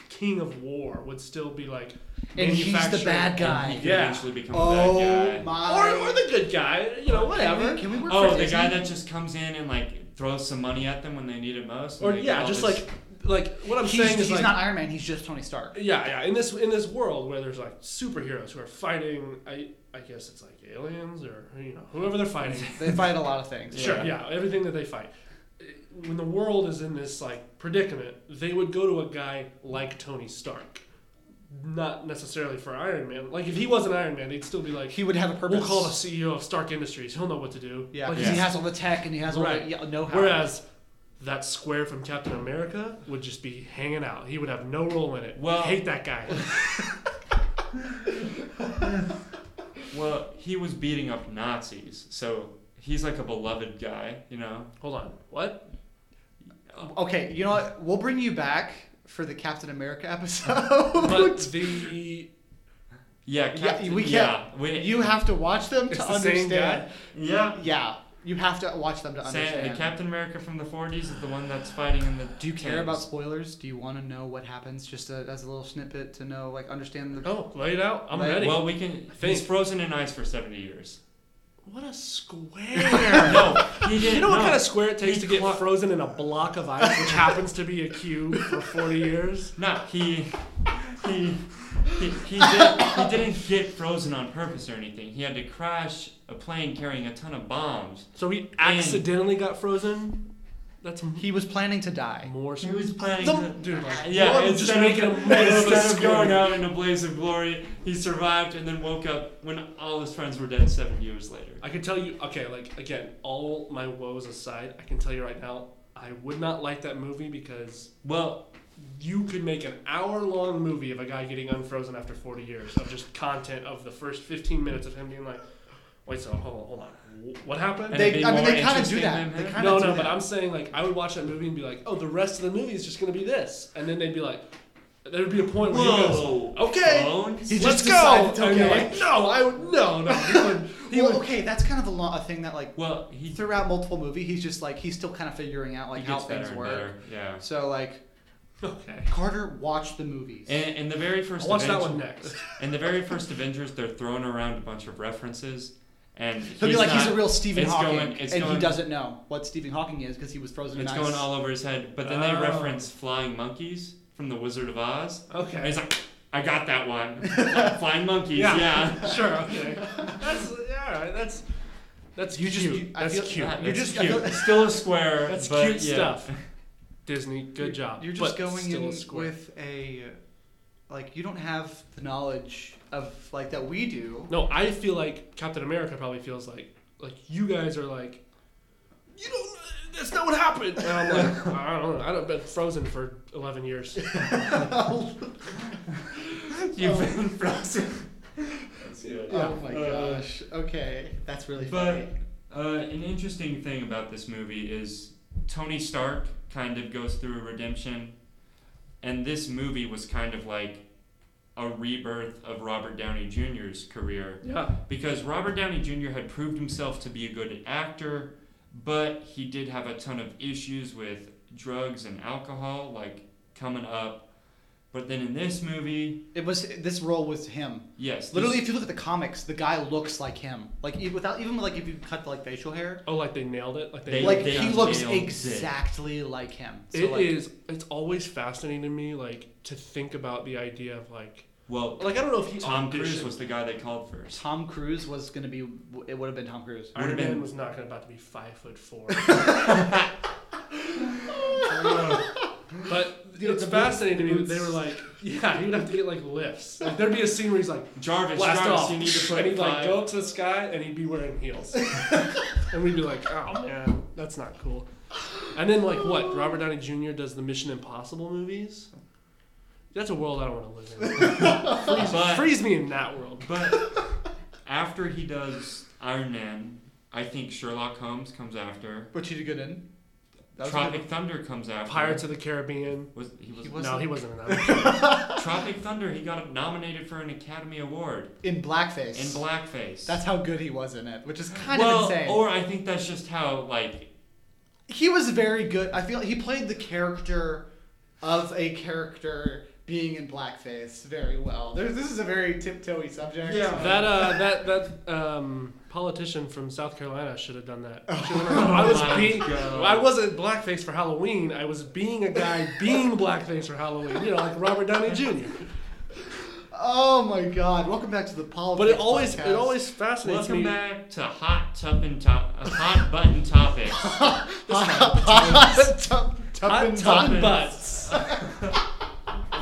King of War would still be like,
And he's the
manufacturing-
bad guy.
And he could
Yeah.
eventually become the
Oh
bad guy.
my.
or, or the good guy, you know, whatever.
Can we, can we work
Oh,
for
the
Disney?
guy that just comes in and, like, throws some money at them when they need it most? and
Or
they get
yeah,
all
just
this-
like like what I'm
he's
saying is
he's
like,
not Iron Man. He's just Tony Stark.
yeah, yeah. In this in this world where there's like superheroes who are fighting, I I guess it's like aliens or you know whoever they're fighting.
They fight a lot of things.
Sure,
Yeah.
yeah, everything that they fight. Uh, When the world is in this like predicament, they would go to a guy like Tony Stark, not necessarily for Iron Man. Like if he wasn't Iron Man, they'd still be like,
He would have a purpose.
"We'll call the CEO of Stark Industries. He'll know what to do."
Yeah,
Like,
because he
Yeah.
has all the tech and he has all
Right.
the yeah, know-how.
Whereas that square from Captain America would just be hanging out. He would have no role in it.
Well-
I hate that guy.
Well, he was beating up Nazis, so he's like a beloved guy, you know.
Hold on, what?
okay, you know what? We'll bring you back for the Captain America episode.
But the
Yeah,
Yeah,
Captain-
we can't-
Yeah, we-
you have to watch them
It's
to
the same
understand.
yeah.
Yeah, you have to watch them to
Say- uh,
understand.
Captain America from the 40s is the one that's fighting in the.
Do you care
tanks.
about spoilers? Do you want to know what happens? Just a, as a little snippet to know, like, understand the.
oh, lay it out. I'm
Like,
ready.
Well, we can.
I think-
He's frozen in ice for 70 years.
what a square.
no, he didn't.
You know what
no.
kind of square it takes
He
to get
clo-
frozen in a block of ice, which happens to be a cube for 40 years?
No, he, he, he, he, did, he didn't get frozen on purpose or anything. He had to crash a plane carrying a ton of bombs.
So he
And-
accidentally got frozen? That's m-
He was planning to die.
more
He
sp-
was planning
Some-
to.
Dude, like,
Yeah,
one
instead
just making a
of,
mess of a
instead of
square.
going out in a blaze of glory, he survived and then woke up when all his friends were dead seven years later.
I can tell you, okay, like, again, all my woes aside, I can tell you right now, I would not like that movie because
Well,
you could make an hour long movie of a guy getting unfrozen after 40 years of just content of the first 15 minutes of him being like, wait, so hold on, hold on. Wh- What happened?
And it'd
They,
be
I mean,
more
they kind of do
interesting
that.
than
They
him.
kind
No,
of do
no,
that.
but I'm saying like I would watch that movie and be like, oh, the rest of the movie is just gonna be this, and then they'd be like, there would be a point where he goes,
whoa,
okay.
Bones?
He
let's
just
go.
decided,
And you're
okay.
like, no, I would no, no. He would, he
well,
would-
okay, that's kind of a, lo- a thing that, like,
Well, he, he
throughout multiple movie, he's just like he's still kind of figuring out like
gets
how
better
things
and
work.
better. Yeah.
So like
okay.
Carter watched the movies.
And, and the very
I'll
first
watch that
Avenger-
one next.
In the very first Avengers, they're throwing around a bunch of references, and
He'll be
he's
like he's
not-
a real Stephen
it's
Hawking,
going- it's
and he
going-
doesn't know what Stephen Hawking is because he was frozen
It's
in ice.
going all over his head. But then they
Oh.
reference flying monkeys from The Wizard of Oz, and
Okay.
he's like, "I got that one, flying monkeys." Yeah.
Sure. Okay. That's yeah. all right, That's that's
You just-
cute.
you- I
that's
feel-
cute.
That-
You're
that's
just- I
cute.
feel-
It's still a square.
That's
but
cute
yeah.
stuff. Disney, good job.
You're just
but
going
still
in
a square.
with a like you don't have the knowledge of like that we do.
No, I feel like Captain America probably feels like like you guys are like, you don't. That's not what happened. And I'm like, I don't know. I've been frozen for eleven years.
You've been frozen.
Oh my
Uh,
gosh. Okay, that's really funny.
But uh, an interesting thing about this movie is Tony Stark kind of goes through a redemption, and this movie was kind of like a rebirth of Robert Downey Jr.'s career
Yeah.
because Robert Downey Jr. had proved himself to be a good actor, but he did have a ton of issues with drugs and alcohol, like coming up. But then in this movie,
It was this role was him.
yes, this-
Literally, if you look at the comics, the guy looks like him. Like e- without even like if you cut the like facial hair,
Oh, like they nailed it. Like they
They-
like
nailed it
he
down.
nailed
looks
it.
exactly like him. So
It
like,
is- It's always fascinating to me, like to think about the idea of like,
well,
like I don't know if he
Tom Cruise
auditioned.
was the guy they called first.
Tom Cruise was gonna be. It would have been Tom Cruise.
would've
Iron Man
been-
was not gonna about to be five foot four. But
Dude,
it's
the
fascinating to me that
boots-
they were like, yeah, he would have to get like lifts. Like there'd be a scene where he's like,
Jarvis,
blast
Jarvis,
off,
you need to put
and he'd like
five-
go up to the sky, and he'd be wearing heels, and we'd be like, oh man, that's not cool. And then like what? Robert Downey Jr. does the Mission Impossible movies. That's a world I don't want to live in.
But-
Freeze me in that world.
But after he does Iron Man, I think Sherlock Holmes comes after.
But you did good in. That was a
Tropic
good-
Thunder comes after.
Pirates of the Caribbean.
was he was
He
No,
wasn't-
he wasn't in that. One.
Tropic Thunder. He got nominated for an Academy Award
in
in
blackface.
blackface.
That's how good he was in it, which is kind
well,
of insane.
or I think that's just how like
he was very good. I feel he played the character of a character being in blackface very well. There's, this is a very tiptoey subject.
Yeah.
That uh, that that um, politician from South Carolina should have done that. Should've done that. Oh. I was
my
being,
God.
I wasn't blackface for Halloween. I was being a guy being blackface for Halloween. You know, like Robert Downey Jr.
Oh my God! Welcome back to the politics.
But it always
podcast.
it always fascinates
Welcome
me.
back to hot tuppin' top, uh, hot button topics.
Tup-
Hot
tuppence
top
on-
butts.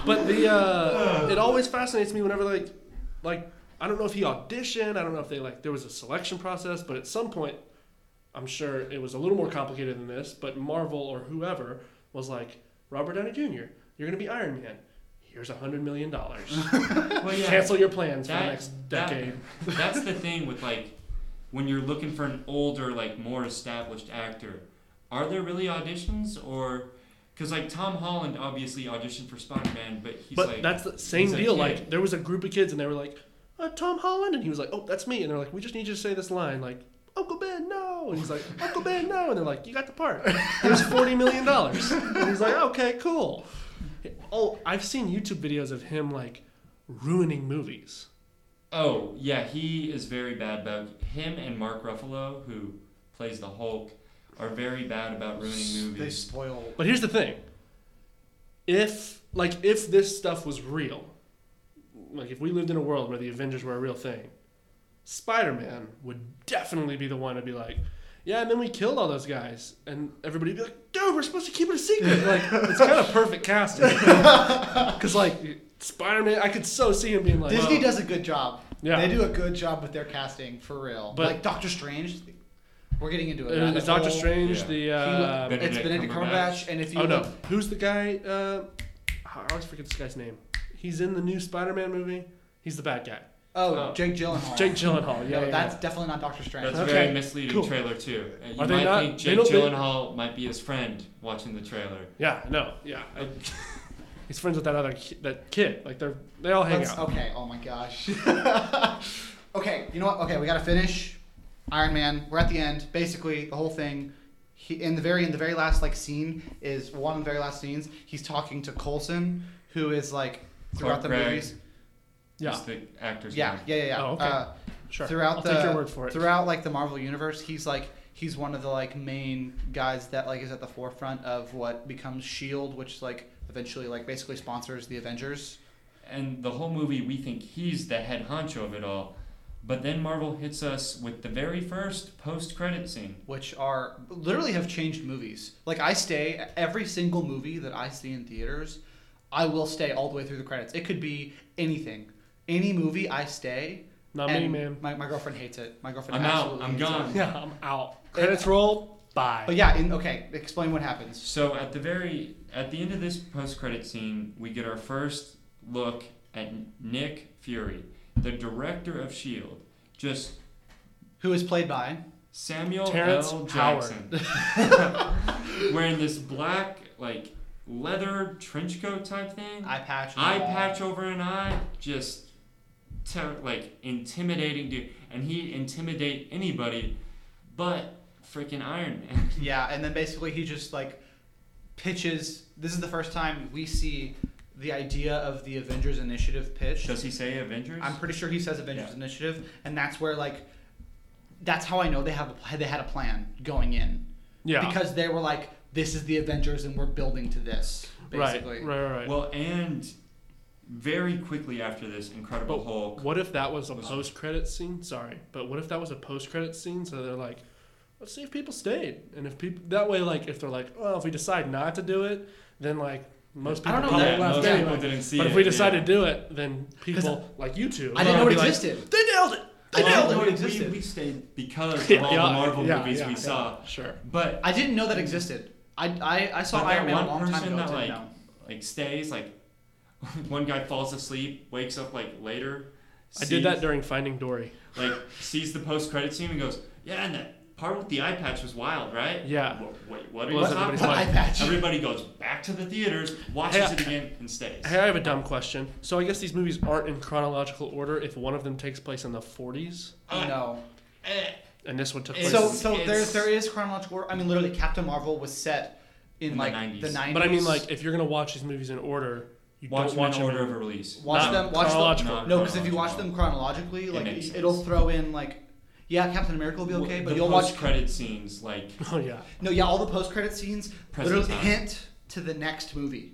but the uh, it always fascinates me whenever like like I don't know if he auditioned. I don't know if they like there was a selection process, but at some point, I'm sure it was a little more complicated than this. But Marvel or whoever was like Robert Downey Jr. You're gonna be Iron Man. Here's a hundred million dollars.
well,
Cancel your plans for the
That-
next
that-
decade.
that's the thing with like when you're looking for an older, like more established actor. Are there really auditions or? Because like Tom Holland obviously auditioned for Spider Man, but he's
but
like
that's the same
he's a
deal.
kid.
Like there was a group of kids and they were like, uh, Tom Holland, and he was like, Oh, that's me. And they're like, We just need you to say this line, like Uncle Ben, no. And he's like, Uncle Ben, no. And they're like, You got the part. Here's forty million dollars. And he's like, Okay, cool. Oh, I've seen YouTube videos of him like ruining movies.
oh yeah, he is very bad about him and Mark Ruffalo, who plays the Hulk, are very bad about ruining
They
movies.
spoil.
But here's the thing. If like if this stuff was real, like if we lived in a world where the Avengers were a real thing, Spider-Man would definitely be the one to be like, yeah, and then we killed all those guys, and everybody'd be like, dude, we're supposed to keep it a secret. Like it's kind of perfect casting, because like Spider-Man, I could so see him being like,
Disney
well,
does a good job.
Yeah.
They do a good job with their casting for real.
But-
like Doctor Strange, we're getting into it.
uh,
That
is Doctor
whole-
Strange
yeah.
the?
he
Uh,
look- it's Benedict
Benedict
Cumberbatch, and if you
oh no,
look,
who's the guy? Uh, I always forget this guy's name. He's in the new Spider-Man movie. He's the bad guy.
oh,
Oh.
Jake Gyllenhaal.
Jake Gyllenhaal. Yeah,
no,
yeah,
that's definitely not Doctor Strange.
That's
Okay,
a very misleading
cool.
trailer too. Uh, You
Are they
might
not-
think
they
Jake
don't- they-
Gyllenhaal might be his friend watching the trailer.
yeah. Yeah, no, yeah. I- he's friends with that other ki- that kid. Like they're they all hang
Let's-
out.
Okay. Oh my gosh. okay. You know what? Okay, we gotta finish. Iron Man. We're at the end. Basically, the whole thing. He, in the very in the very last like scene is one of the very last scenes. He's talking to Coulson, who is like throughout
Clark
the
Gregg.
movies.
Yeah,
Is the actor's
Yeah,
name.
yeah, yeah, yeah.
Oh, okay.
Uh,
sure.
Throughout
I'll
the
take your word for it.
throughout like the Marvel universe, he's like he's one of the like main guys that like is at the forefront of what becomes Shield, E which like eventually like basically sponsors the Avengers.
And the whole movie, we think he's the head honcho of it all. But then Marvel hits us with the very first post credit scene.
which are literally have changed movies. Like I stay every single movie that I see in theaters, I will stay all the way through the credits. It could be anything, any movie I stay.
Not
and
me, man.
My, my girlfriend hates it. My girlfriend.
I'm out.
absolutely
I'm
hates it.
gone.
Yeah, I'm out. Oh, Credits roll. Bye.
But yeah, in, okay. Explain what happens.
So at the very at the end of this post credit scene, we get our first look at Nick Fury, the director of Shield, E just
Who is played by?
Samuel
Terrence
L.
Howard.
Jackson, wearing this black like leather trench coat type thing.
Eye patch.
eye patch over an eye, just ter- like intimidating dude, and he intimidate anybody, but freaking Iron Man.
Yeah, and then basically he just like pitches. This is the first time we see the idea of the Avengers Initiative pitched.
Does he say Avengers?
I'm pretty sure he says Avengers
Yeah.
Initiative, and that's where like, that's how I know they have a, they had a plan going in
yeah.
because they were like, this is the Avengers and we're building to this basically.
right, right, right, right.
well, and very quickly after this, Incredible
Oh.
But
Hulk.
What if that was a
Was-
post credit scene? Sorry, but what if that was a post credit scene? So they're like, let's see if people stayed, and if people that way, like, if they're like, well, if we decide not to do it, then like most
I don't
people
know
probably
that-
left
most
yeah.
people
anyway.
didn't see
But
it.
if we
yeah.
decide to do it, then
'Cause
people like you two,
I didn't know
would
it
be like,
existed.
they nailed it.
I
They
didn't
nailed
know
it.
it
we-
existed.
We, we stayed because of
Yeah,
all the Marvel
yeah,
movies
yeah,
we
yeah.
saw.
Sure.
But
I didn't know that existed. I, I, I saw
But that
Iron Man
one
a long time
person
ago.
that,
didn't
like-
know.
like stays like one guy falls asleep, wakes up like later.
I
sees-
did that during Finding Dory.
like sees the post credit scene and goes, "Yeah, and that part with the eye patch was wild, right?"
Yeah.
Wha- Wait, what are you
Well,
talking
everybody's
about?
like- Eye patch.
Everybody goes back to the theaters, watches
Hey,
it again, and stays.
Hey, I have a dumb question. So I guess these movies aren't in chronological order if one of them takes place in the 40s,
Uh,
no.
eh,
and this one took
It's-
place.
So so
it's-
there's there is chronological. order. I mean, literally, Captain Marvel was set in,
In the
like
90s.
the 90s.
but I mean, like, if you're gonna watch these movies in order, You
watch
don't
them
watch
in
them
order
in-
of release.
Watch
Not
them. Watch them.
chronological.
Not
No, because if you
chronological.
watch them chronologically, like
makes
it will
sense.
throw in like, yeah, Captain America will be okay, but
the
you'll watch.
credit scenes like
Oh yeah.
No, yeah, all the post-credit scenes
Present
literally
time.
hint to the next movie.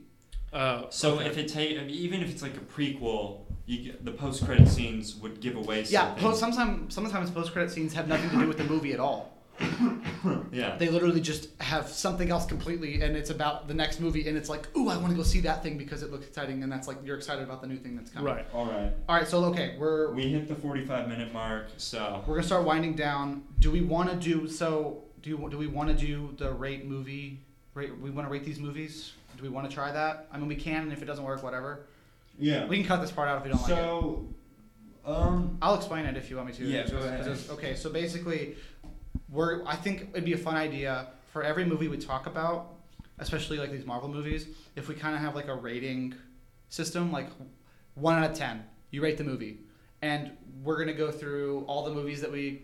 Uh,
So
okay.
if it take I mean, even if it's like a prequel, you get, the post credit scenes would give away
Yeah,
something.
post, sometimes sometimes post-credit scenes have nothing to do with the movie at all.
yeah.
They literally just have something else completely, and it's about the next movie, and it's like, ooh, I want to go see that thing because it looks exciting, and that's like you're excited about the new thing that's coming.
right.
All right.
All right, so okay, we're
We hit the 45 minute mark, so
we're gonna start winding down. Do we want to do so? Do you, do we want to do the rate movie? Rate we want to rate these movies. Do we want to try that? I mean, we can, and if it doesn't work, whatever.
yeah.
We can cut this part out if you don't like it.
So, um,
I'll explain it if you want me to.
Yeah, go
'Cause
ahead.
it's- Okay, so basically, we're. I think it'd be a fun idea for every movie we talk about, especially like these Marvel movies, if we kind of have like a rating system, like one out of ten, you rate the movie, and we're gonna go through all the movies that we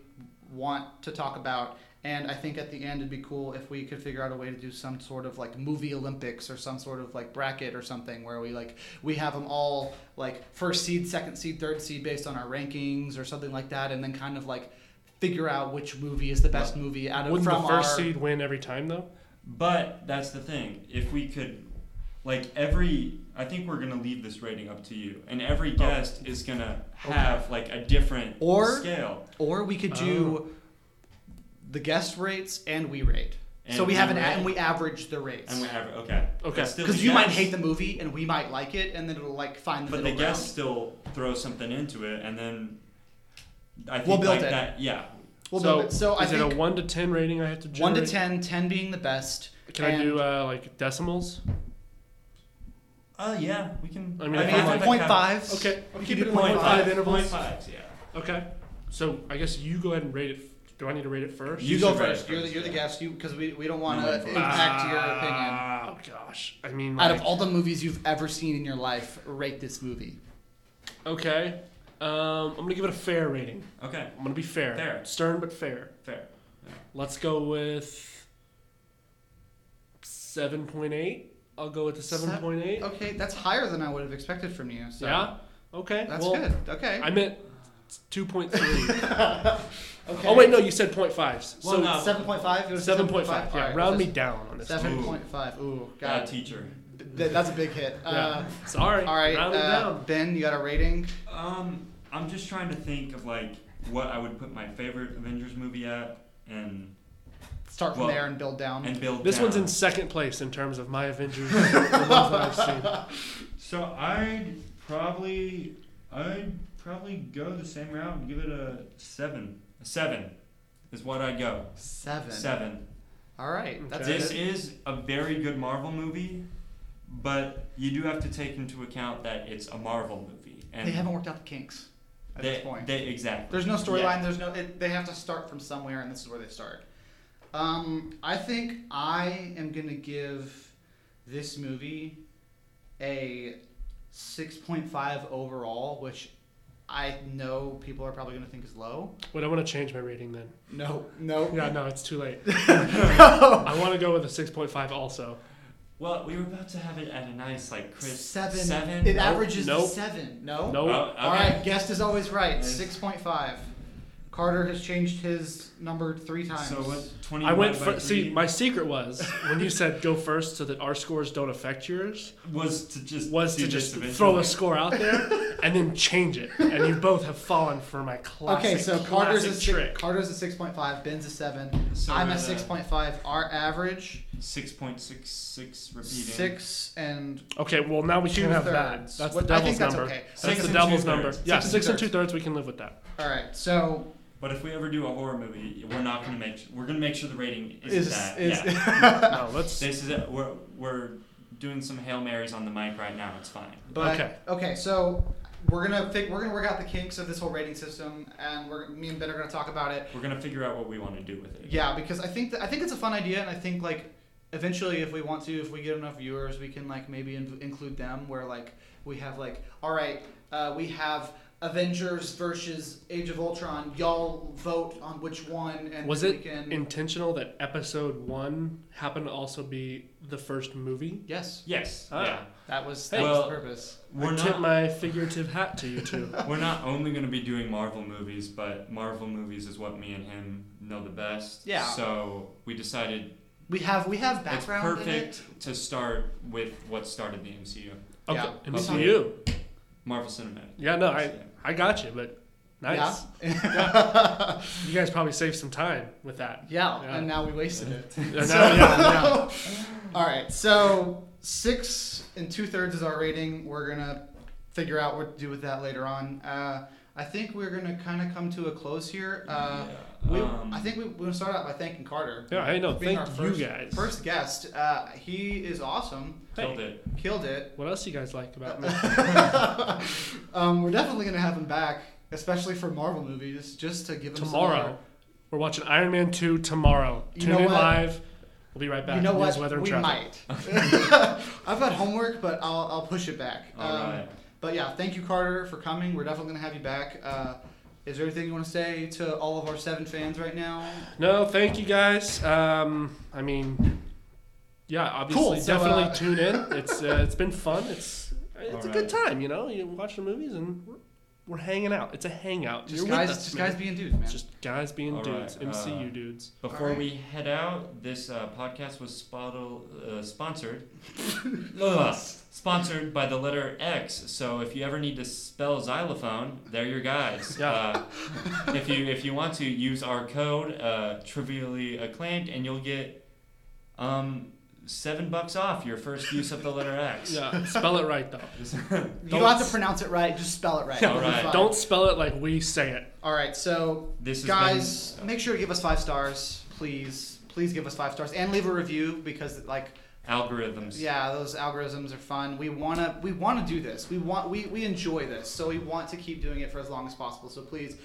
want to talk about. And I think at the end it'd be cool if we could figure out a way to do some sort of like movie Olympics or some sort of like bracket or something where we like we have them all like first seed, second seed, third seed based on our rankings or something like that, and then kind of like figure out which movie is the best movie out of
Wouldn't
from
the first
our,
seed win every time though?
but that's the thing. If we could, like every, I think we're gonna leave this rating up to you, and every guest is gonna have like a different
Oh. Or-
scale.
Or we could
Oh.
do the guest rates and we rate.
And
so we
we
have an
rate.
and we average the rates.
And we have okay.
Okay.
But still
Because
the
you might
guest-
hate the movie and we might like it, and then it'll like find the
But the
middle
guests
ground.
still throw something into it, and then I think
We'll build
like
it.
that. Yeah.
We'll
so,
build it. So I
is it
think
a one to ten rating? I have to
one
generate?
to 10, 10 being the best.
Can
and-
I do uh, like decimals?
Oh yeah, we can.
I mean,
I
if
mean,
I'm
if
like-
it's point fives.
Okay.
We
keep
could do
it at point five intervals.
Point fives, yeah.
Okay. So I guess you go ahead and rate it. f- Do I need to rate it first?
You,
You
go
should rate
first.
it
You're the,
first,
you're the
yeah.
guest. You because we, we don't want
No,
to
I'm first.
impact your opinion.
Oh gosh. I mean,
Out
like,
of all the movies you've ever seen in your life, rate this movie.
okay. Um, I'm gonna give it a fair rating.
Okay,
I'm gonna be fair.
Fair.
Stern but fair.
fair.
Let's go with seven point eight. I'll go with the
Seven- Oh,
seven point eight.
Okay, that's higher than I would have expected from you. So
Yeah. Okay.
that's
well,
good. Okay.
I meant two point three.
okay.
oh wait, no, you said point fives.
Well,
so
no.
Seven point five. You
seven point five. Yeah, round me down on this. one.
Seven point five. Ooh,
Bad
God,
teacher.
Th- that's a big hit. Uh,
yeah. Sorry.
All right,
Round it
uh,
down.
Ben, you got a rating?
Um, I'm just trying to think of like what I would put my favorite Avengers movie at, and
Start from
Well,
there and build down.
and build.
This one's
down.
in second place in terms of my Avengers. the ones that I've seen.
So I'd probably, I'd probably go the same route and give it a seven. A seven is what I'd go.
seven.
Seven.
All right, that's
Okay.
This
good.
is a very good Marvel movie, but you do have to take into account that it's a Marvel movie. And
They haven't worked out the kinks at
they-
this point.
they- exactly.
There's no storyline.
Yeah.
There's no. It, they have to start from somewhere, and this is where they start. Um, I think I am gonna give this movie a 6.5 overall, which I know people are probably gonna think is low.
Wait, I want to change my rating then.
No, no,
Yeah, no, it's too late.
no.
I want to go with a six point five also.
Well, we were about to have it at a nice like Chris
Seven.
Seven.
It averages to
nope.
seven. No.
No.
Oh,
All
okay.
right. Guest is always right.
Nice.
Six point five. Carter has changed his number three times.
So what? Twenty.
I went
divided by
first. See,
three
my secret was when you said go first so that our scores don't affect yours
was to just
was
do
to
this
just
eventually.
throw a score out there and then change it. And you both have fallen for my classic,
Okay, so Carter's a
classic
six,
trick.
Carter's a six point five. Ben's a seven.
So
I'm a
we're, uh,
six point five. Our average
Six point six six repeating.
six and
Okay, well now we can have that.
Two-thirds.
That's
What-
the
I
devil's
think that's
number.
okay.
That's
Six
the
and two-thirds.
devil's number. yeah,
Six and
six, and two
two-thirds.
thirds. We can live with that.
all right. So
But if we ever do a horror movie, we're not gonna make. We're gonna make sure the rating is,
is
that.
is
yeah.
No, let's.
This is it. We're we're doing some hail marys on the mic right now. It's fine.
but okay.
Okay.
So we're gonna fig- we're gonna work out the kinks of this whole rating system, and we're me and Ben are gonna talk about it.
We're gonna figure out what we want to do with it.
Yeah, because I think that, I think it's a fun idea, and I think like eventually, if we want to, if we get enough viewers, we can like maybe in- include them where like we have like all right, uh, we have
Avengers versus Age of Ultron, y'all vote on which one, and
Was
then
it
we can.
intentional that episode one happened to also be the first movie?
Yes,
Yes.
Ah.
Yeah.
that was
Hey.
that was
Well-
the purpose.
We're
I tip
not.
my figurative hat to you two.
We're not only going to be doing Marvel movies, but Marvel movies is what me and him know the best.
Yeah.
So we decided
We have we have
it's
background in it.
perfect to start with what started the MCU,
Okay,
Yeah.
MCU.
Marvel Cinematic.
Yeah, no, I,
Yeah.
I got you, but nice.
Yeah.
You guys probably saved some time with that.
yeah,
Yeah.
and now we wasted it.
Uh, no, yeah, yeah.
All right, so six and two thirds is our rating. We're gonna figure out what to do with that later on. Uh, I think we're gonna kind of come to a close here. Uh,
Yeah,
we,
um,
I think we, we're gonna start out by thanking Carter.
Yeah, I know.
for being
Thank
our
you
first-
guys.
First guest, uh, he is awesome.
killed it.
Killed it.
What else do you guys like about me?
um, we're definitely gonna have him back, especially for Marvel movies, just to give him some
tomorrow.
more-
We're watching Iron Man 2 tomorrow.
You
Tune
know
in
what?
live. We'll be right back.
You know
News,
what?
Weather, and
we
traffic.
might. I've got homework, but I'll, I'll push it back. Um,
All right.
But yeah, thank you, Carter, for coming. We're definitely going to have you back. Uh, is there anything you want to say to all of our seven fans right now?
No, thank you guys. Um, I mean, yeah, obviously,
Cool, so,
definitely
uh,
tune in. It's uh, it's been fun. It's it's a
Alright.
good time, you know. You watch the movies and we're, we're hanging out. It's a hangout.
Just
You're
guys,
with us,
just
man.
guys being dudes, man.
It's just guys being
Alright,
dudes, MCU
uh,
dudes.
Before
Alright.
we head out, this uh, podcast was spottle, uh, sponsored. Ugh. sponsored by the letter X. So if you ever need to spell xylophone, they're your guys.
Yeah.
Uh, if you if you want to use our code, uh, trivially acclaimed, and you'll get um, seven bucks off your first use of the letter X.
Yeah, spell it right though.
you
don't
don't have
s-
to pronounce it right. Just spell it right.
Yeah,
It'll be
right.
fine.
Don't spell it like we say it.
All right, so
This has
guys,
been-
make sure to give us five stars, please. Please give us five stars and leave a review because, like,
Algorithms.
yeah, those algorithms are fun. We wanna we wanna do this. We want we we enjoy this, so we want to keep doing it for as long as possible. So please,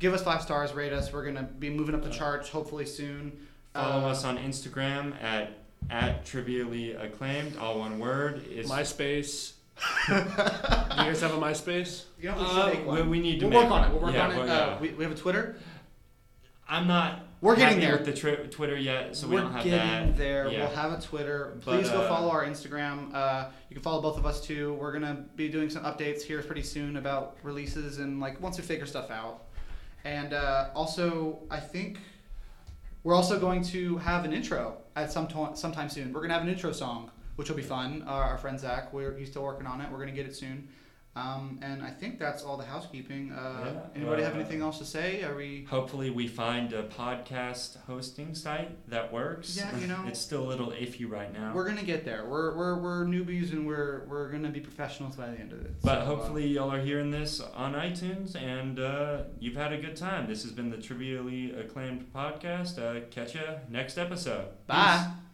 give us five stars, rate us. We're gonna be moving up the charts hopefully soon.
Follow
Uh,
us on Instagram at at trivially acclaimed, all one word. It's
MySpace. you guys have a MySpace?
You know, we should
Uh,
make
we,
one.
we need to
We'll
make
work on it. We'll work
Yeah,
on it.
well,
Uh,
yeah.
we, we have a Twitter.
I'm not.
We're getting
happy
there.
with the tri- Twitter yet, so we
We're
don't have
getting
that.
there.
Yeah.
We'll have a Twitter.
But,
Please go
uh,
follow our Instagram. Uh, you can follow both of us too. We're gonna be doing some updates here pretty soon about releases and like once we figure stuff out. And uh, also, I think we're also going to have an intro at some to- sometime soon. We're gonna have an intro song, which will be fun. Uh, Our, our friend Zach, we're, he's still working on it. We're gonna get it soon. Um, and I think that's all the housekeeping. Uh,
Yeah.
Anybody have
Uh,
anything else to say? Are we?
Hopefully, we find a podcast hosting site that works.
Yeah, you know.
it's still a little iffy right now.
We're gonna get there. We're we're, we're newbies and we're we're gonna be professionals by the end of it.
but
So, uh,
hopefully, y'all are hearing this on iTunes, and uh, you've had a good time. This has been the Trivially Acclaimed Podcast. Uh, catch ya next episode.
bye.
Peace.